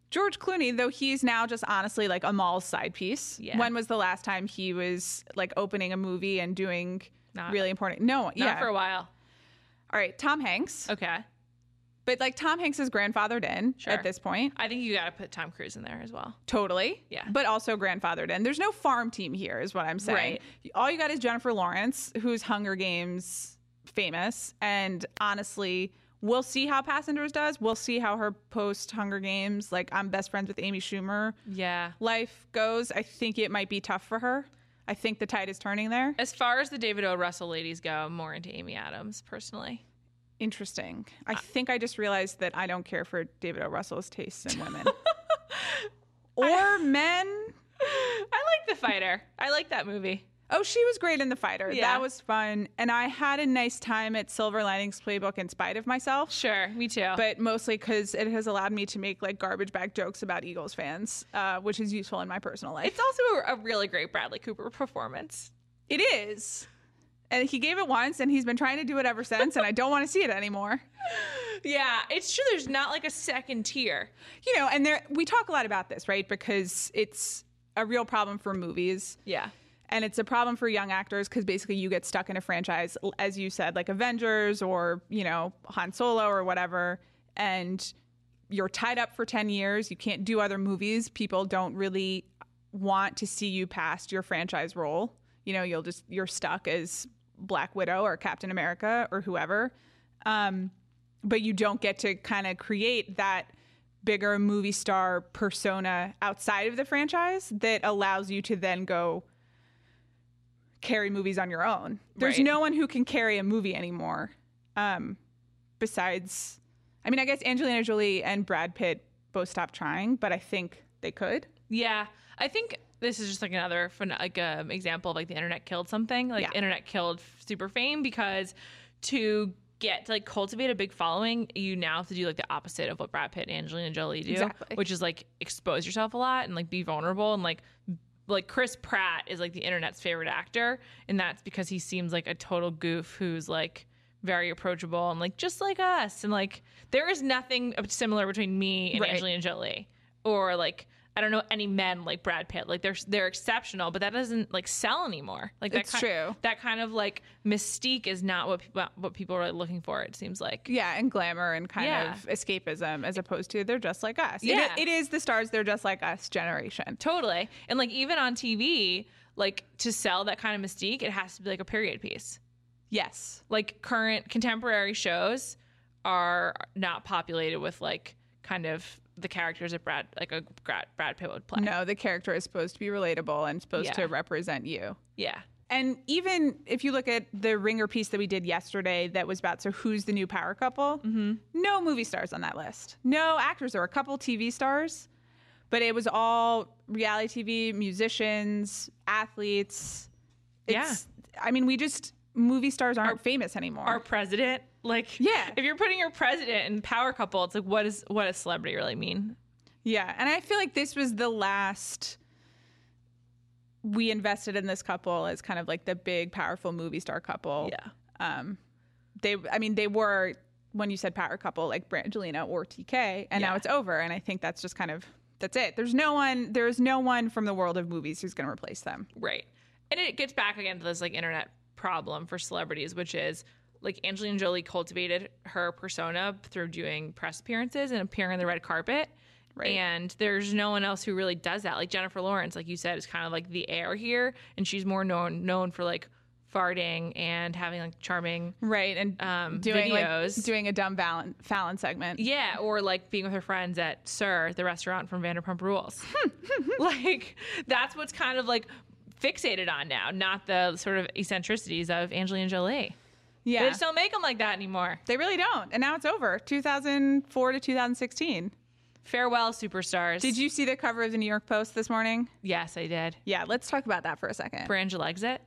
[SPEAKER 3] George Clooney, though he's now just honestly like Amal's side piece.
[SPEAKER 2] Yeah.
[SPEAKER 3] When was the last time he was like opening a movie and doing
[SPEAKER 2] Not-
[SPEAKER 3] really important? No,
[SPEAKER 2] Not
[SPEAKER 3] yeah.
[SPEAKER 2] for a while.
[SPEAKER 3] All right, Tom Hanks.
[SPEAKER 2] Okay.
[SPEAKER 3] But like Tom Hanks is grandfathered in
[SPEAKER 2] Sure.
[SPEAKER 3] at this point.
[SPEAKER 2] I think you got to put Tom Cruise in there as well.
[SPEAKER 3] Totally.
[SPEAKER 2] Yeah.
[SPEAKER 3] But also grandfathered in. There's no farm team here, is what I'm saying. All you got is Jennifer Lawrence, who's Hunger Games famous. And honestly, we'll see how Passengers does. We'll see how her post Hunger Games, like I'm best friends with Amy Schumer
[SPEAKER 2] Yeah.
[SPEAKER 3] life goes. I think it might be tough for her. I think the tide is turning there.
[SPEAKER 2] As far as the David O. Russell ladies go, I'm more into Amy Adams personally.
[SPEAKER 3] Interesting. I
[SPEAKER 2] Uh,
[SPEAKER 3] think I just realized that I don't care for David O. Russell's tastes in
[SPEAKER 2] [laughs]
[SPEAKER 3] women or men.
[SPEAKER 2] I like The Fighter. I like that movie.
[SPEAKER 3] Oh, she was great in The Fighter.
[SPEAKER 2] Yeah.
[SPEAKER 3] That was fun. And I had a nice time at Silver Linings Playbook in spite of myself,
[SPEAKER 2] Sure, me too.
[SPEAKER 3] but mostly because it has allowed me to make like garbage bag jokes about Eagles fans, uh, which is useful in my personal life.
[SPEAKER 2] it's also a, a really great Bradley Cooper performance.
[SPEAKER 3] it is. And he gave it once and he's been trying to do it ever since, and I don't want to see it anymore.
[SPEAKER 2] Yeah, it's true. There's not like a second tier.
[SPEAKER 3] You know, and there we talk a lot about this, right? Because it's a real problem for movies.
[SPEAKER 2] Yeah.
[SPEAKER 3] And it's a problem for young actors because basically you get stuck in a franchise, l- as you said, like Avengers or, you know, Han Solo or whatever. And you're tied up for 10 years. You can't do other movies. People don't really want to see you past your franchise role. You know, you'll just, you're stuck as Black Widow or Captain America or whoever. Um, but you don't get to kind of create that bigger movie star persona outside of the franchise that allows you to then go carry movies on your own. There's
[SPEAKER 2] Right.
[SPEAKER 3] no one who can carry a movie anymore. Um, besides, I mean, I guess Angelina Jolie and Brad Pitt both stopped trying, but I think they could.
[SPEAKER 2] Yeah, I think this is just like another phen- like um, example of like the internet killed something. Like
[SPEAKER 3] Yeah.
[SPEAKER 2] internet killed f- super fame because to get to like cultivate a big following, you now have to do like the opposite of what Brad Pitt and Angelina Jolie do,
[SPEAKER 3] Exactly.
[SPEAKER 2] which is like expose yourself a lot and like be vulnerable and like like Chris Pratt is like the internet's favorite actor, and that's because he seems like a total goof who's like very approachable and like just like us, and like there is nothing similar between me and
[SPEAKER 3] Right.
[SPEAKER 2] Angelina Jolie, or like I don't know any men like Brad Pitt. Like they're they're exceptional, but that doesn't like sell anymore. Like that
[SPEAKER 3] It's
[SPEAKER 2] ki-
[SPEAKER 3] true.
[SPEAKER 2] That kind of like mystique is not what people what people are looking for. It seems like
[SPEAKER 3] Yeah, and glamour and kind
[SPEAKER 2] Yeah.
[SPEAKER 3] of escapism as opposed to they're just like us. It i-
[SPEAKER 2] Yeah.
[SPEAKER 3] it is the stars, they're just like us generation.
[SPEAKER 2] totally, and like even on TV, like to sell that kind of mystique, it has to be like a period piece.
[SPEAKER 3] Yes.
[SPEAKER 2] like current contemporary shows are not populated with like kind of the characters that Brad like a Brad, Brad Pitt would play.
[SPEAKER 3] No, the character is supposed to be relatable and supposed
[SPEAKER 2] Yeah.
[SPEAKER 3] to represent you.
[SPEAKER 2] Yeah.
[SPEAKER 3] And even if you look at the ringer piece that we did yesterday that was about so who's the new power couple,
[SPEAKER 2] Mm-hmm.
[SPEAKER 3] no movie stars on that list. No actors. There were a couple TV stars, but it was all reality TV, musicians, athletes. It's, I mean, we just, movie stars aren't famous anymore.
[SPEAKER 2] Our president, like
[SPEAKER 3] Yeah.
[SPEAKER 2] if you're putting your president in power couple, it's like what is what does celebrity really mean?
[SPEAKER 3] Yeah, and I feel like this was the last we invested in this couple as kind of like the big powerful movie star couple.
[SPEAKER 2] Yeah.
[SPEAKER 3] Um they I mean they were when you said power couple like Brangelina or TK and now
[SPEAKER 2] Yeah.
[SPEAKER 3] it's over and I think that's just kind of that's it. There's no one there is no one from the world of movies who's going to replace them.
[SPEAKER 2] Right. And it gets back again to this like internet problem for celebrities, which is like Angelina Jolie cultivated her persona through doing press appearances and appearing on the red carpet.
[SPEAKER 3] Right.
[SPEAKER 2] And there's no one else who really does that. Like Jennifer Lawrence, like you said, is kind of like the heir here, and she's more known known for like farting and having like charming
[SPEAKER 3] Right. And
[SPEAKER 2] um,
[SPEAKER 3] doing
[SPEAKER 2] videos.
[SPEAKER 3] like doing a dumb Fallon, Fallon segment.
[SPEAKER 2] Yeah, or like being with her friends at Sir, the restaurant from Vanderpump Rules. [laughs] like that's what's kind of like fixated on now, not the sort of eccentricities of Angelina Jolie.
[SPEAKER 3] Yeah.
[SPEAKER 2] They just don't make them like that anymore.
[SPEAKER 3] they really don't. And now it's over. 2004 to 2016.
[SPEAKER 2] Farewell, superstars.
[SPEAKER 3] Did you see the cover of the New York Post this morning?
[SPEAKER 2] Yes, I did.
[SPEAKER 3] Yeah, let's talk about that for a second.
[SPEAKER 2] Brangel exit.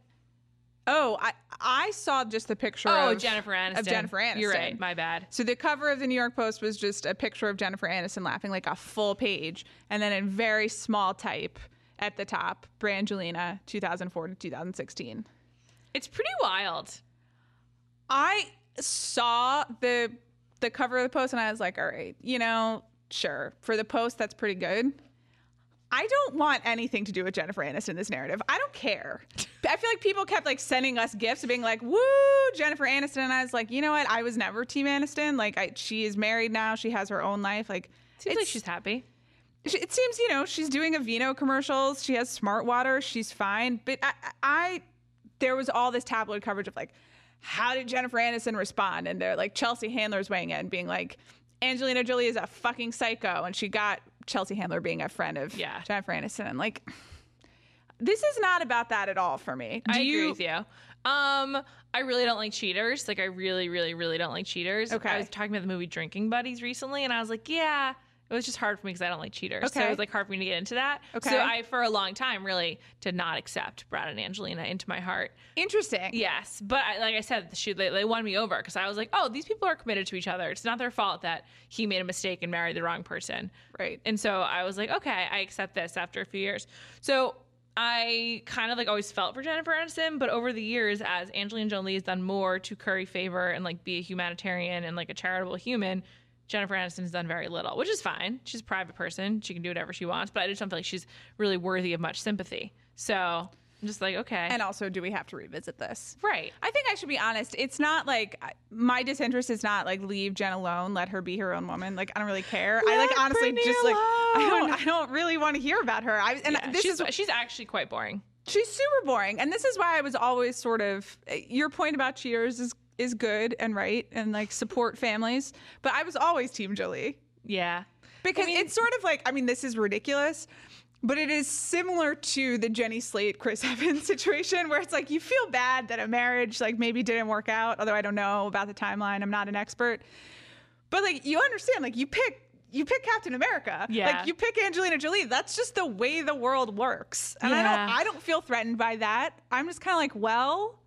[SPEAKER 3] Oh, I I saw just the picture.
[SPEAKER 2] Oh,
[SPEAKER 3] of,
[SPEAKER 2] Jennifer Aniston.
[SPEAKER 3] Of Jennifer Aniston.
[SPEAKER 2] You're right. My bad.
[SPEAKER 3] So the cover of the New York Post was just a picture of Jennifer Aniston laughing, like a full page, and then in very small type at the top, Brangelina, 2004 to 2016.
[SPEAKER 2] It's pretty wild.
[SPEAKER 3] I saw the the cover of the post and I was like, all right, you know, sure. For the post, that's pretty good. I don't want anything to do with Jennifer Aniston in this narrative. I don't care. I feel like people kept like sending us gifts, being like, "Woo, Jennifer Aniston," and I was like, you know what? I was never Team Aniston. Like, I, she is married now. She has her own life. Like,
[SPEAKER 2] Seems like
[SPEAKER 3] it's-
[SPEAKER 2] she's happy.
[SPEAKER 3] she- it seems you know she's doing a vino commercials she has smart water she's fine but i, I there was all this tabloid coverage of like how did jennifer aniston respond and they're like chelsea handler's weighing in being like angelina jolie is a fucking psycho and she got chelsea handler being a friend of
[SPEAKER 2] Yeah.
[SPEAKER 3] jennifer aniston and like this is not about that at all for me
[SPEAKER 2] I agree with you. Um, I really don't like cheaters. Like, I really, really, really don't like cheaters.
[SPEAKER 3] Okay.
[SPEAKER 2] I was talking about the movie Drinking Buddies recently, and I was like, yeah, it was just hard for me because I don't like cheaters. So
[SPEAKER 3] Okay.
[SPEAKER 2] it was like hard for me to get into that.
[SPEAKER 3] Okay.
[SPEAKER 2] So I, for a long time, really did not accept Brad and Angelina into my heart.
[SPEAKER 3] interesting
[SPEAKER 2] Yes, but I, like I said, she, they, they won me over because I was like, oh, these people are committed to each other. It's not their fault that he made a mistake and married the wrong person.
[SPEAKER 3] right
[SPEAKER 2] And so I was like, okay, I accept this after a few years. So I kind of like always felt for Jennifer Aniston, but over the years, as Angelina Jolie has done more to curry favor and like be a humanitarian and like a charitable human, Jennifer Aniston has done very little, which is fine. She's a private person; she can do whatever she wants. But I just don't feel like she's really worthy of much sympathy. So I'm just like, okay,
[SPEAKER 3] and also do we have to revisit this
[SPEAKER 2] right,
[SPEAKER 3] I think I should be honest. It's not like I- my disinterest is not like leave Jen alone, let her be her own woman. Like I don't really care. I like
[SPEAKER 2] Let
[SPEAKER 3] honestly
[SPEAKER 2] Britney
[SPEAKER 3] just like I don't,
[SPEAKER 2] alone.
[SPEAKER 3] I don't really want to hear about her. I and
[SPEAKER 2] Yeah,
[SPEAKER 3] this
[SPEAKER 2] she's
[SPEAKER 3] is
[SPEAKER 2] she's actually quite boring.
[SPEAKER 3] she's super boring. And this is why I was always sort of eh, your point about cheers is is good and right and like support families. But I was always team Jolie
[SPEAKER 2] Yeah,
[SPEAKER 3] because
[SPEAKER 2] I mean-
[SPEAKER 3] it's sort of like I mean this is ridiculous. But it is similar to the Jenny Slate Chris [laughs] Evans situation where it's like you feel bad that a marriage like maybe didn't work out, although I don't know about the timeline, I'm not an expert. But like you understand like you pick you pick Captain America.
[SPEAKER 2] Yeah.
[SPEAKER 3] Like you pick Angelina Jolie. That's just the way the world works. And I
[SPEAKER 2] Yeah.
[SPEAKER 3] don't I don't feel threatened by that. I'm just kind of like, well,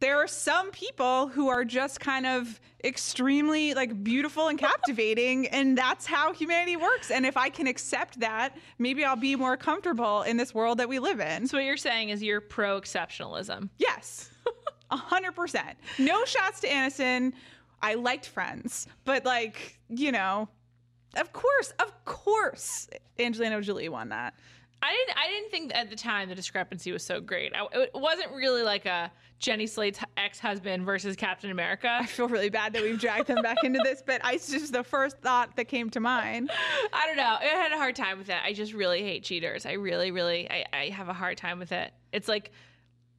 [SPEAKER 3] there are some people who are just kind of extremely like beautiful and captivating [laughs] and that's how humanity works and if i can accept that maybe i'll be more comfortable in this world that we live in
[SPEAKER 2] so what you're saying is you're pro exceptionalism.
[SPEAKER 3] yes 100% no shots to aniston i liked friends but like you know of course of course angelina jolie won that
[SPEAKER 2] I didn't. I didn't think at the time the discrepancy was so great. I, it wasn't really like a Jenny Slate's ex-husband versus Captain America.
[SPEAKER 3] i feel really bad that we've dragged them back into this but I, it's just the first thought that came to mind
[SPEAKER 2] I don't know. I had a hard time with that. I just really hate cheaters. I really, really, I, I have a hard time with it. It's like,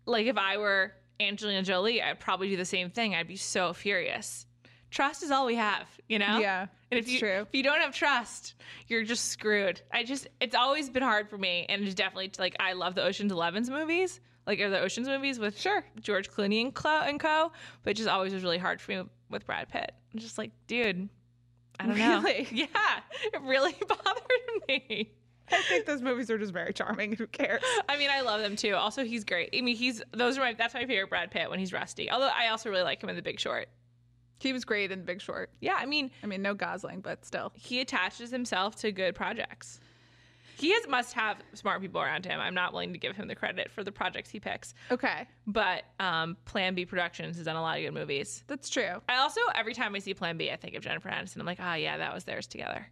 [SPEAKER 2] like if I were Angelina Jolie, I'd probably do the same thing. I'd be so furious. Trust is all we have, you know.
[SPEAKER 3] Yeah,
[SPEAKER 2] and
[SPEAKER 3] it's
[SPEAKER 2] if you
[SPEAKER 3] true.
[SPEAKER 2] if you don't have trust, you're just screwed. I just it's always been hard for me, and it's definitely like I love the Ocean's Eleven's movies, like or the Ocean's movies with
[SPEAKER 3] Sure.
[SPEAKER 2] George Clooney and Clo and Co. But it just always was really hard for me with Brad Pitt. I'm just like, dude, I don't know.
[SPEAKER 3] Really?
[SPEAKER 2] [laughs] Yeah, it really [laughs] bothered me.
[SPEAKER 3] I think those movies are just very charming. Who cares?
[SPEAKER 2] I mean, I love them too. Also, he's great. I mean, he's those are my that's my favorite Brad Pitt when he's rusty. Although I also really like him in The Big Short.
[SPEAKER 3] He was great in The Big Short.
[SPEAKER 2] Yeah, I mean,
[SPEAKER 3] I mean, no Gosling, but still.
[SPEAKER 2] he attaches himself to good projects. He has must have smart people around him. I'm not willing to give him the credit for the projects he picks,
[SPEAKER 3] Okay,
[SPEAKER 2] but um, Plan B Productions has done a lot of good movies.
[SPEAKER 3] that's true.
[SPEAKER 2] I also every time I see Plan B, I think of Jennifer Aniston. I'm like, ah, yeah, that was theirs together.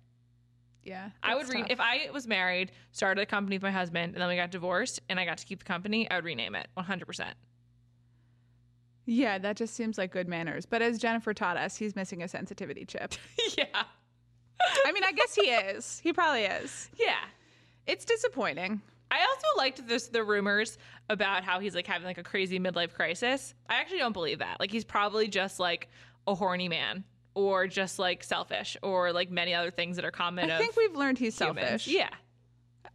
[SPEAKER 3] Yeah,
[SPEAKER 2] I would re- if I was married, started a company with my husband, and then we got divorced, and I got to keep the company. I would rename it 100.
[SPEAKER 3] [laughs]
[SPEAKER 2] percent
[SPEAKER 3] yeah, that just seems like good manners. But as Jennifer taught us, he's missing a sensitivity chip. [laughs]
[SPEAKER 2] Yeah,
[SPEAKER 3] I mean, I guess he is. [laughs] He probably is.
[SPEAKER 2] yeah.
[SPEAKER 3] It's disappointing.
[SPEAKER 2] I also liked this the rumors about how he's like having like a crazy midlife crisis. I actually don't believe that. Like he's probably just like a horny man, or just like selfish, or like many other things that are common.
[SPEAKER 3] I
[SPEAKER 2] of
[SPEAKER 3] think we've learned he's
[SPEAKER 2] humans.
[SPEAKER 3] selfish.
[SPEAKER 2] Yeah,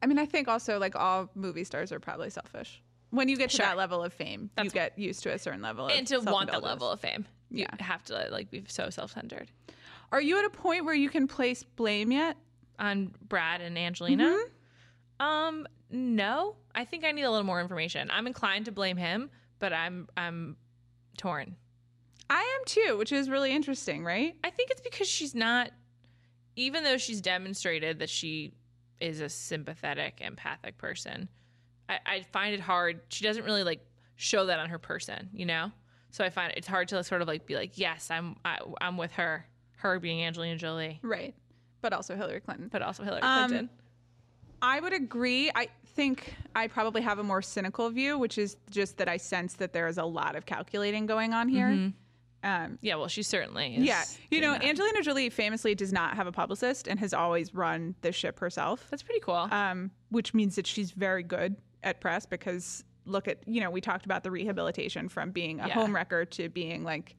[SPEAKER 3] I mean, I think also like all movie stars are probably selfish. When you get to
[SPEAKER 2] Sure.
[SPEAKER 3] that level of fame, you
[SPEAKER 2] That's-
[SPEAKER 3] get used to a certain level of
[SPEAKER 2] and to want that
[SPEAKER 3] self-indulgence.
[SPEAKER 2] level of fame, you
[SPEAKER 3] Yeah.
[SPEAKER 2] have to like be so self centered.
[SPEAKER 3] Are you at a point where you can place blame yet?
[SPEAKER 2] on Brad and Angelina? Um, no. I think I need a little more information. I'm inclined to blame him, but I'm I'm torn.
[SPEAKER 3] I am too, which is really interesting, right?
[SPEAKER 2] I think it's because she's not, even though she's demonstrated that she is a sympathetic, empathic person, I, I find it hard. She doesn't really like show that on her person, you know? So I find it's hard to sort of like be like, yes, I'm I, I'm with her, her being Angelina Jolie,
[SPEAKER 3] Right. But also Hillary Clinton.
[SPEAKER 2] but also Hillary
[SPEAKER 3] Um,
[SPEAKER 2] Clinton.
[SPEAKER 3] I would agree. I think I probably have a more cynical view, which is just that I sense that there is a lot of calculating going on here. Um,
[SPEAKER 2] yeah, well, she certainly is.
[SPEAKER 3] yeah, you
[SPEAKER 2] doing
[SPEAKER 3] know,
[SPEAKER 2] that.
[SPEAKER 3] Angelina Jolie famously does not have a publicist and has always run the ship herself,
[SPEAKER 2] that's pretty cool.
[SPEAKER 3] um, which means that she's very good at press because look at you know we talked about the rehabilitation from being a
[SPEAKER 2] Yeah.
[SPEAKER 3] homewrecker to being like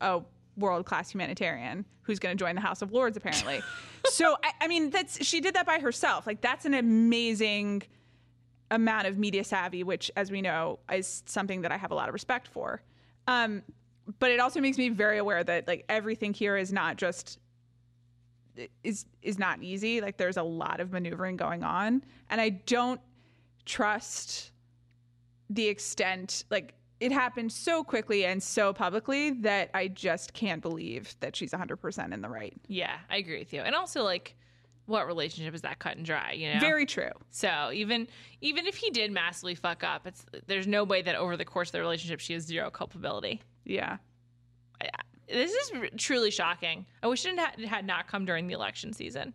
[SPEAKER 3] a world class humanitarian who's going to join the House of Lords, apparently. so, I, I mean, that's she did that by herself. Like, that's an amazing amount of media savvy, which, as we know, is something that I have a lot of respect for. Um, but it also makes me very aware that like everything here is not just is is not easy. Like, there's a lot of maneuvering going on, and I don't trust the extent like it happened so quickly and so publicly that I just can't believe that she's 100% in the right.
[SPEAKER 2] yeah, I agree with you. And also, like, what relationship is that cut and dry? You know,
[SPEAKER 3] Very true.
[SPEAKER 2] So even even if he did massively fuck up, it's there's no way that over the course of the relationship she has zero culpability.
[SPEAKER 3] Yeah. [laughs]
[SPEAKER 2] This is r- truly shocking. I wish it had, it had not come during the election season.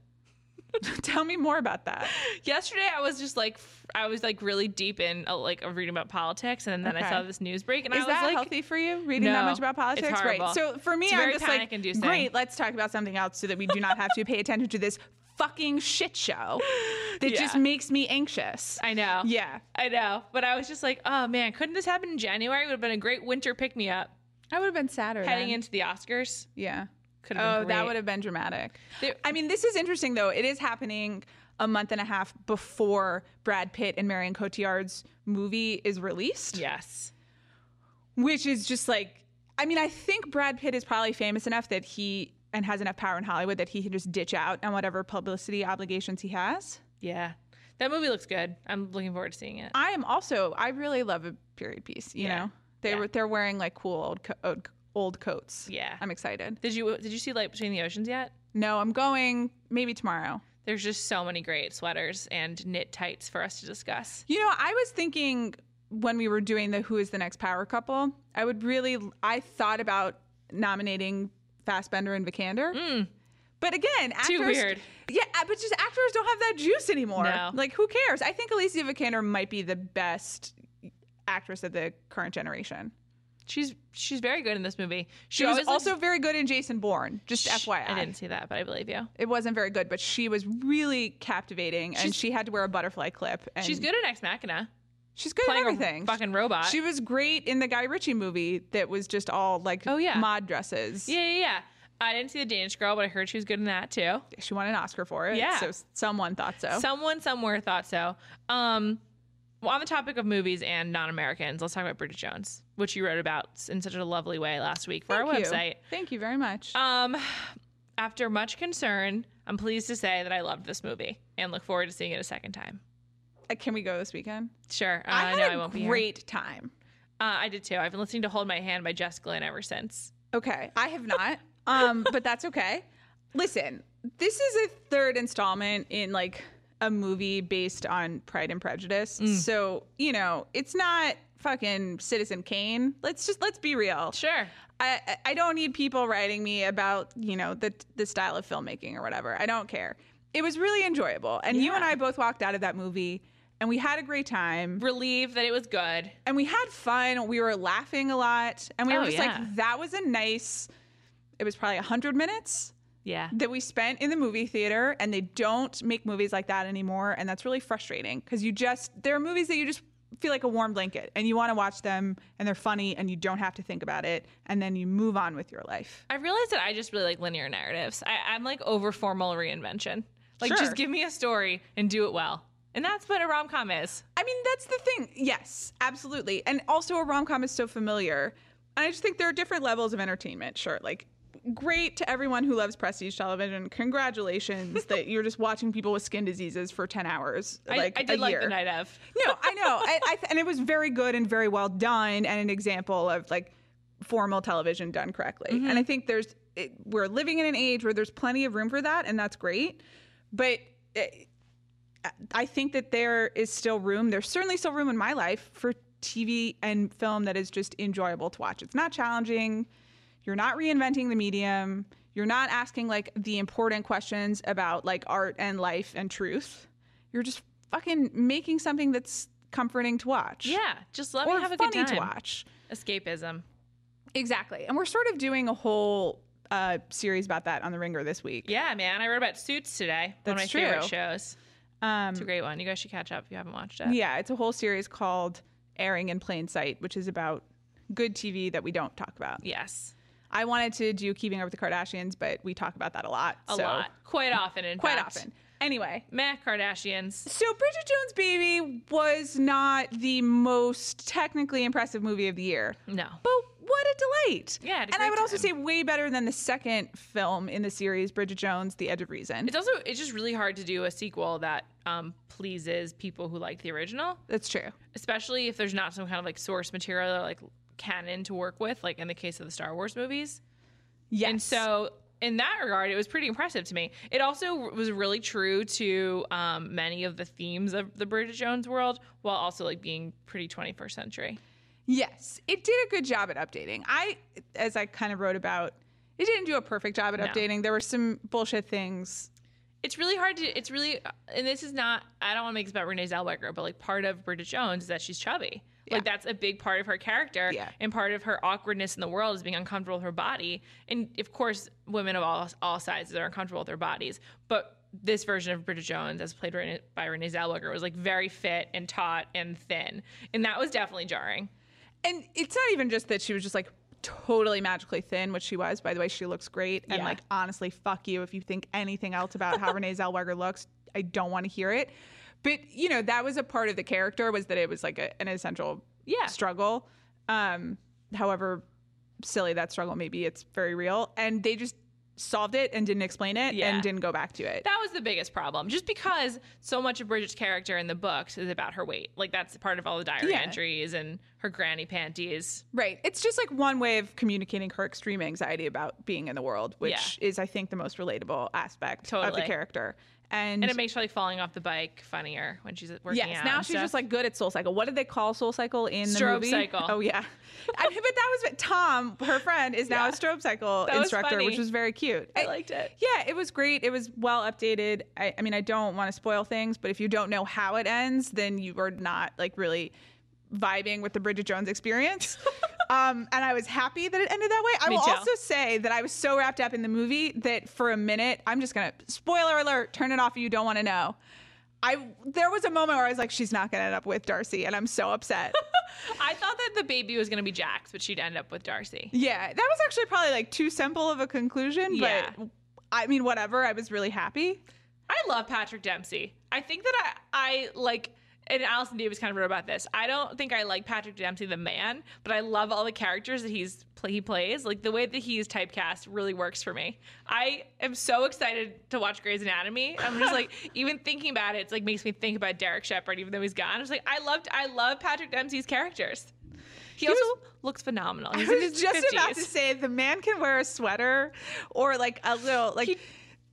[SPEAKER 3] Tell me more about that.
[SPEAKER 2] Yesterday, I was just like, f- I was like really deep in uh, like of reading about politics, and then I
[SPEAKER 3] Okay.
[SPEAKER 2] saw this news break, and I
[SPEAKER 3] Is
[SPEAKER 2] was
[SPEAKER 3] that
[SPEAKER 2] like,
[SPEAKER 3] healthy for you reading that
[SPEAKER 2] No,
[SPEAKER 3] much about politics?
[SPEAKER 2] it's horrible.
[SPEAKER 3] Right. So for me,
[SPEAKER 2] It's
[SPEAKER 3] I'm
[SPEAKER 2] very
[SPEAKER 3] just like,
[SPEAKER 2] panic-inducing.
[SPEAKER 3] great. Let's talk about something else so that we do not have to pay attention to this fucking shit show
[SPEAKER 2] [laughs]
[SPEAKER 3] that
[SPEAKER 2] Yeah.
[SPEAKER 3] just makes me anxious.
[SPEAKER 2] I know,
[SPEAKER 3] yeah.
[SPEAKER 2] I know, but I was just like, oh man, couldn't this happen in January? Would have been a great winter pick me up
[SPEAKER 3] I would have been sadder.
[SPEAKER 2] heading
[SPEAKER 3] then.
[SPEAKER 2] into the Oscars.
[SPEAKER 3] Yeah.
[SPEAKER 2] Could have
[SPEAKER 3] Oh,
[SPEAKER 2] been
[SPEAKER 3] that
[SPEAKER 2] great.
[SPEAKER 3] would have been dramatic.
[SPEAKER 2] There-
[SPEAKER 3] I mean, this is interesting though. It is happening a month and a half before Brad Pitt and Marion Cotillard's movie is released,
[SPEAKER 2] Yes,
[SPEAKER 3] which is just like, I mean, I think Brad Pitt is probably famous enough that he and has enough power in Hollywood that he can just ditch out on whatever publicity obligations he has.
[SPEAKER 2] yeah, that movie looks good. I'm looking forward to seeing it.
[SPEAKER 3] I am also, I really love a period piece. You
[SPEAKER 2] Yeah.
[SPEAKER 3] know, they
[SPEAKER 2] Yeah.
[SPEAKER 3] were they're wearing like cool old co- old, old coats.
[SPEAKER 2] Yeah.
[SPEAKER 3] I'm excited.
[SPEAKER 2] Did you did you see Light Between the Oceans yet?
[SPEAKER 3] No, I'm going maybe tomorrow.
[SPEAKER 2] There's just so many great sweaters and knit tights for us to discuss.
[SPEAKER 3] You know, I was thinking when we were doing the Who is the Next Power Couple, I would really, I thought about nominating Fassbender and Vikander. But again, actors,
[SPEAKER 2] Mm. weird.
[SPEAKER 3] Yeah, uh, but just actors don't have that juice anymore.
[SPEAKER 2] No.
[SPEAKER 3] Like, who cares? I think Alicia Vikander might be the best actress of the current generation.
[SPEAKER 2] She's she's very good in this movie.
[SPEAKER 3] She was
[SPEAKER 2] always looks-
[SPEAKER 3] also very good in Jason Bourne. Just FYI,
[SPEAKER 2] I didn't see that, but I believe you.
[SPEAKER 3] it wasn't very good, but she was really captivating, and
[SPEAKER 2] She's-
[SPEAKER 3] she had to wear a butterfly clip. And
[SPEAKER 2] She's good at Ex Machina,
[SPEAKER 3] She's good
[SPEAKER 2] playing
[SPEAKER 3] at everything.
[SPEAKER 2] a fucking robot.
[SPEAKER 3] She was great in the Guy Ritchie movie that was just all like
[SPEAKER 2] Oh, yeah.
[SPEAKER 3] mod dresses.
[SPEAKER 2] yeah, yeah, yeah. I didn't see the Danish Girl, but I heard she was good in that too.
[SPEAKER 3] She won an Oscar for it.
[SPEAKER 2] Yeah.
[SPEAKER 3] So someone thought so.
[SPEAKER 2] Someone somewhere thought so. Um, well, on the topic of movies and non-Americans, let's talk about Bridget Jones, which you wrote about in such a lovely way last week for
[SPEAKER 3] Thank
[SPEAKER 2] our
[SPEAKER 3] you.
[SPEAKER 2] website.
[SPEAKER 3] Thank you very much.
[SPEAKER 2] Um, after much concern, I'm pleased to say that I loved this movie and look forward to seeing it a second time.
[SPEAKER 3] Uh, Can we go this weekend?
[SPEAKER 2] Sure, uh,
[SPEAKER 3] I had
[SPEAKER 2] no,
[SPEAKER 3] a
[SPEAKER 2] I won't be here.
[SPEAKER 3] great time.
[SPEAKER 2] Uh, I did too. I've been listening to "Hold My Hand" by Jess Glynn ever since.
[SPEAKER 3] Okay. I have not.
[SPEAKER 2] [laughs]
[SPEAKER 3] um, but that's okay. Listen, this is a third installment in like a movie based on Pride and Prejudice.
[SPEAKER 2] Mm.
[SPEAKER 3] So, you know, it's not fucking Citizen Kane. Let's just let's be real.
[SPEAKER 2] Sure,
[SPEAKER 3] I, I- I don't need people writing me about you know the the style of filmmaking or whatever. I don't care. It was really enjoyable, and you and I both walked out of that movie, and we had a great time,
[SPEAKER 2] relieved that it was good.
[SPEAKER 3] and we had fun. We were laughing a lot, and we
[SPEAKER 2] Oh,
[SPEAKER 3] were just
[SPEAKER 2] yeah.
[SPEAKER 3] like, that was a nice. It was probably hundred minutes
[SPEAKER 2] Yeah,
[SPEAKER 3] that we spent in the movie theater, and they don't make movies like that anymore, and that's really frustrating because you just there are movies that you just feel like a warm blanket, and you want to watch them, and they're funny, and you don't have to think about it, and then you move on with your life.
[SPEAKER 2] I realized that I just really like linear narratives. I, I'm like over formal reinvention. Like,
[SPEAKER 3] Sure.
[SPEAKER 2] just give me a story and do it well, and that's what a rom com is.
[SPEAKER 3] I mean, that's the thing. Yes, absolutely. And also, a rom com is so familiar. And I just think there are different levels of entertainment. Sure, like great to everyone who loves prestige television.
[SPEAKER 2] [laughs]
[SPEAKER 3] Congratulations that you're just watching people with skin diseases for 10 hours.
[SPEAKER 2] I,
[SPEAKER 3] like
[SPEAKER 2] I did
[SPEAKER 3] a
[SPEAKER 2] like
[SPEAKER 3] year.
[SPEAKER 2] the night of.
[SPEAKER 3] No, I know. I,
[SPEAKER 2] [laughs]
[SPEAKER 3] I th- and it was very good and very well done and an example of like formal television done correctly.
[SPEAKER 2] Mm-hmm.
[SPEAKER 3] And I think there's, it, we're living in an age where there's plenty of room for that and that's great. But it, I- I think that there is still room. There's certainly still room in my life for TV and film that is just enjoyable to watch. It's not challenging. You're not reinventing the medium. You're not asking like the important questions about like art and life and truth. You're just fucking making something that's comforting to watch.
[SPEAKER 2] Yeah, just let
[SPEAKER 3] Or
[SPEAKER 2] me have a good
[SPEAKER 3] funny
[SPEAKER 2] time.
[SPEAKER 3] to watch.
[SPEAKER 2] Escapism.
[SPEAKER 3] Exactly. And we're sort of doing a whole uh, series about that on The Ringer this week.
[SPEAKER 2] Yeah, man. I wrote about Suits today. one of my
[SPEAKER 3] That's
[SPEAKER 2] favorite
[SPEAKER 3] true.
[SPEAKER 2] shows.
[SPEAKER 3] Um,
[SPEAKER 2] It's a great one. You guys should catch up if you haven't watched it.
[SPEAKER 3] Yeah, it's a whole series called Airing in Plain Sight, which is about good TV that we don't talk about.
[SPEAKER 2] Yes,
[SPEAKER 3] I wanted to do Keeping Up with the Kardashians, but we talk about that a lot.
[SPEAKER 2] a
[SPEAKER 3] so-
[SPEAKER 2] lot, quite often. In
[SPEAKER 3] Quite
[SPEAKER 2] fact.
[SPEAKER 3] often. Anyway,
[SPEAKER 2] Meh, Kardashians.
[SPEAKER 3] so Bridget Jones' Baby was not the most technically impressive movie of the year,
[SPEAKER 2] No.
[SPEAKER 3] but what a delight.
[SPEAKER 2] Yeah, I had a
[SPEAKER 3] and I
[SPEAKER 2] great
[SPEAKER 3] would also
[SPEAKER 2] time.
[SPEAKER 3] say way better than the second film in the series, Bridget Jones: The Edge of Reason.
[SPEAKER 2] It's also it's just really hard to do a sequel that um, pleases people who like the original,
[SPEAKER 3] That's true.
[SPEAKER 2] especially if there's not some kind of like source material or like canon to work with, like in the case of the Star Wars movies.
[SPEAKER 3] Yes.
[SPEAKER 2] And so, in that regard, it was pretty impressive to me. It also was really true to um, many of the themes of the Bridget Jones world, while also like being pretty 21st century.
[SPEAKER 3] Yes, it did a good job at updating. I, as I kind of wrote about, it didn't do a perfect job at
[SPEAKER 2] No.
[SPEAKER 3] updating. There were some bullshit things.
[SPEAKER 2] It's really hard to. It's really, and this is not. I don't want to make this about Renee Zellweger, but like part of Bridget Jones is that she's chubby.
[SPEAKER 3] Yeah.
[SPEAKER 2] Like that's a big part of her character,
[SPEAKER 3] Yeah.
[SPEAKER 2] and part of her awkwardness in the world is being uncomfortable with her body. And of course, women of all all sizes are uncomfortable with their bodies, but. This version of Bridget Jones, as played Rene- by Renee Zellweger, was like very fit and taut and thin, and that was definitely jarring.
[SPEAKER 3] And it's not even just that she was just like totally magically thin, which she was. By the way, she looks great. And
[SPEAKER 2] Yeah.
[SPEAKER 3] like, honestly, fuck you if you think anything else
[SPEAKER 2] [laughs]
[SPEAKER 3] about how Renee Zellweger looks. I don't want to hear it. But you know, that was a part of the character was that it was like a, an essential
[SPEAKER 2] Yeah.
[SPEAKER 3] struggle. Um, however silly that struggle may be, it's very real. And they just solved it and didn't explain it
[SPEAKER 2] Yeah.
[SPEAKER 3] and didn't go back to it.
[SPEAKER 2] That was the biggest problem, just because so much of Bridget's character in the books is about her weight. Like that's part of all the diary
[SPEAKER 3] Yeah.
[SPEAKER 2] entries and her granny panties.
[SPEAKER 3] Right. It's just like one way of communicating her extreme anxiety about being in the world, which is, I think, the most relatable aspect of the
[SPEAKER 2] Totally.
[SPEAKER 3] character. And,
[SPEAKER 2] And it makes her like falling off the bike funnier when she's working
[SPEAKER 3] yes,
[SPEAKER 2] out.
[SPEAKER 3] now
[SPEAKER 2] and
[SPEAKER 3] she's just
[SPEAKER 2] stuff.
[SPEAKER 3] like good at Soul Cycle. What did they call Soul Cycle in
[SPEAKER 2] Strobe
[SPEAKER 3] the movie?
[SPEAKER 2] cycle.
[SPEAKER 3] Oh yeah. I mean, but that was Tom, her friend, is now a
[SPEAKER 2] Yeah.
[SPEAKER 3] strobe cycle
[SPEAKER 2] That was
[SPEAKER 3] instructor,
[SPEAKER 2] funny.
[SPEAKER 3] which was very cute.
[SPEAKER 2] I liked it.
[SPEAKER 3] Yeah, it was great. It was well updated. I, I mean, I don't want to spoil things, but if you don't know how it ends, then you are not like really vibing with the Bridget Jones experience.
[SPEAKER 2] [laughs]
[SPEAKER 3] um, and I was happy that it ended that way. I
[SPEAKER 2] Me
[SPEAKER 3] will
[SPEAKER 2] too.
[SPEAKER 3] also say that I was so wrapped up in the movie that for a minute, I'm just gonna spoiler alert, turn it off if you don't want to know. I there was a moment where I was like, she's not gonna end up with Darcy, and I'm so
[SPEAKER 2] [laughs]
[SPEAKER 3] upset.
[SPEAKER 2] I thought that the baby was gonna be Jax, but she'd end up with Darcy.
[SPEAKER 3] yeah, that was actually probably like too simple of a conclusion,
[SPEAKER 2] Yeah.
[SPEAKER 3] but I mean, whatever. I was really happy.
[SPEAKER 2] I love Patrick Dempsey. I think that I, I like, and Allison Davis kind of wrote about this. I don't think I like Patrick Dempsey the man, but I love all the characters that he's play, he plays. Like the way that he's typecast really works for me. I am so excited to watch Grey's Anatomy. I'm just
[SPEAKER 3] [laughs]
[SPEAKER 2] like even thinking about it, it's like makes me think about Derek Shepard, even though he's gone. I'm just like I loved I love Patrick Dempsey's characters. He, also
[SPEAKER 3] was-
[SPEAKER 2] looks phenomenal.
[SPEAKER 3] I
[SPEAKER 2] He's in
[SPEAKER 3] was
[SPEAKER 2] his
[SPEAKER 3] just about
[SPEAKER 2] 50s.
[SPEAKER 3] to say the man can wear a sweater or like a little like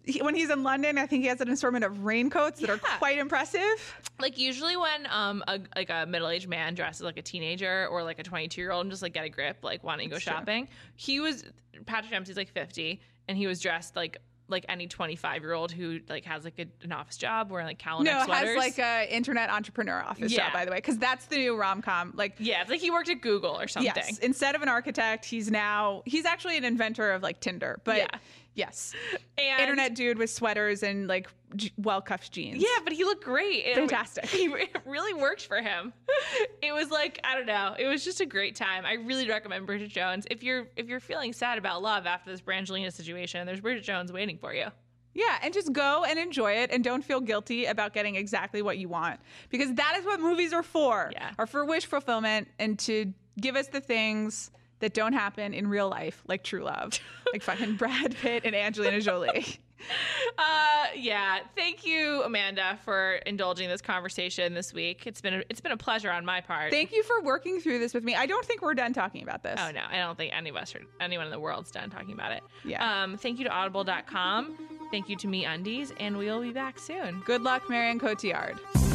[SPEAKER 3] he- when he's in London, I think he has an assortment of raincoats that are
[SPEAKER 2] Yeah.
[SPEAKER 3] quite impressive.
[SPEAKER 2] like usually when um a, like a middle-aged man dresses like a teenager or like a 22-year-old and just like get a grip like why don't you go
[SPEAKER 3] That's true.
[SPEAKER 2] shopping he was patrick dempsey's like 50 and he was dressed like like any 25 year old who like has like a, an office job wearing like cowl
[SPEAKER 3] no,
[SPEAKER 2] neck
[SPEAKER 3] it
[SPEAKER 2] sweaters
[SPEAKER 3] has like a internet entrepreneur office job,
[SPEAKER 2] Yeah.
[SPEAKER 3] by the way, because that's the new rom com. Like
[SPEAKER 2] yeah it's like he worked at google or something
[SPEAKER 3] yes, instead of an architect, he's now he's actually an inventor of like Tinder. But
[SPEAKER 2] Yeah.
[SPEAKER 3] yes,
[SPEAKER 2] and
[SPEAKER 3] internet dude with sweaters and like j- well cuffed jeans.
[SPEAKER 2] yeah but he looked great It- [laughs]
[SPEAKER 3] Fantastic.
[SPEAKER 2] he it really worked for him [laughs] it was like i don't know it was just a great time i really recommend bridget jones if you're if you're feeling sad about love after this brangelina situation there's bridget jones waiting for you
[SPEAKER 3] Yeah, and just go and enjoy it and don't feel guilty about getting exactly what you want because that is what movies are for.
[SPEAKER 2] Yeah.
[SPEAKER 3] Are for wish fulfillment and to give us the things that don't happen in real life, like
[SPEAKER 2] [laughs]
[SPEAKER 3] true love, like fucking Brad Pitt and Angelina Jolie.
[SPEAKER 2] Uh, yeah. Thank you, Amanda, for indulging this conversation this week. It's been a, it's been a pleasure on my part.
[SPEAKER 3] Thank you for working through this with me. I don't think we're done talking about this.
[SPEAKER 2] Oh no, I don't think any of us or anyone in the world's done talking about it.
[SPEAKER 3] Yeah.
[SPEAKER 2] Um, thank you to audible.com. Thank you to me undies, and we'll be back soon.
[SPEAKER 3] Good luck, Marion Cotillard.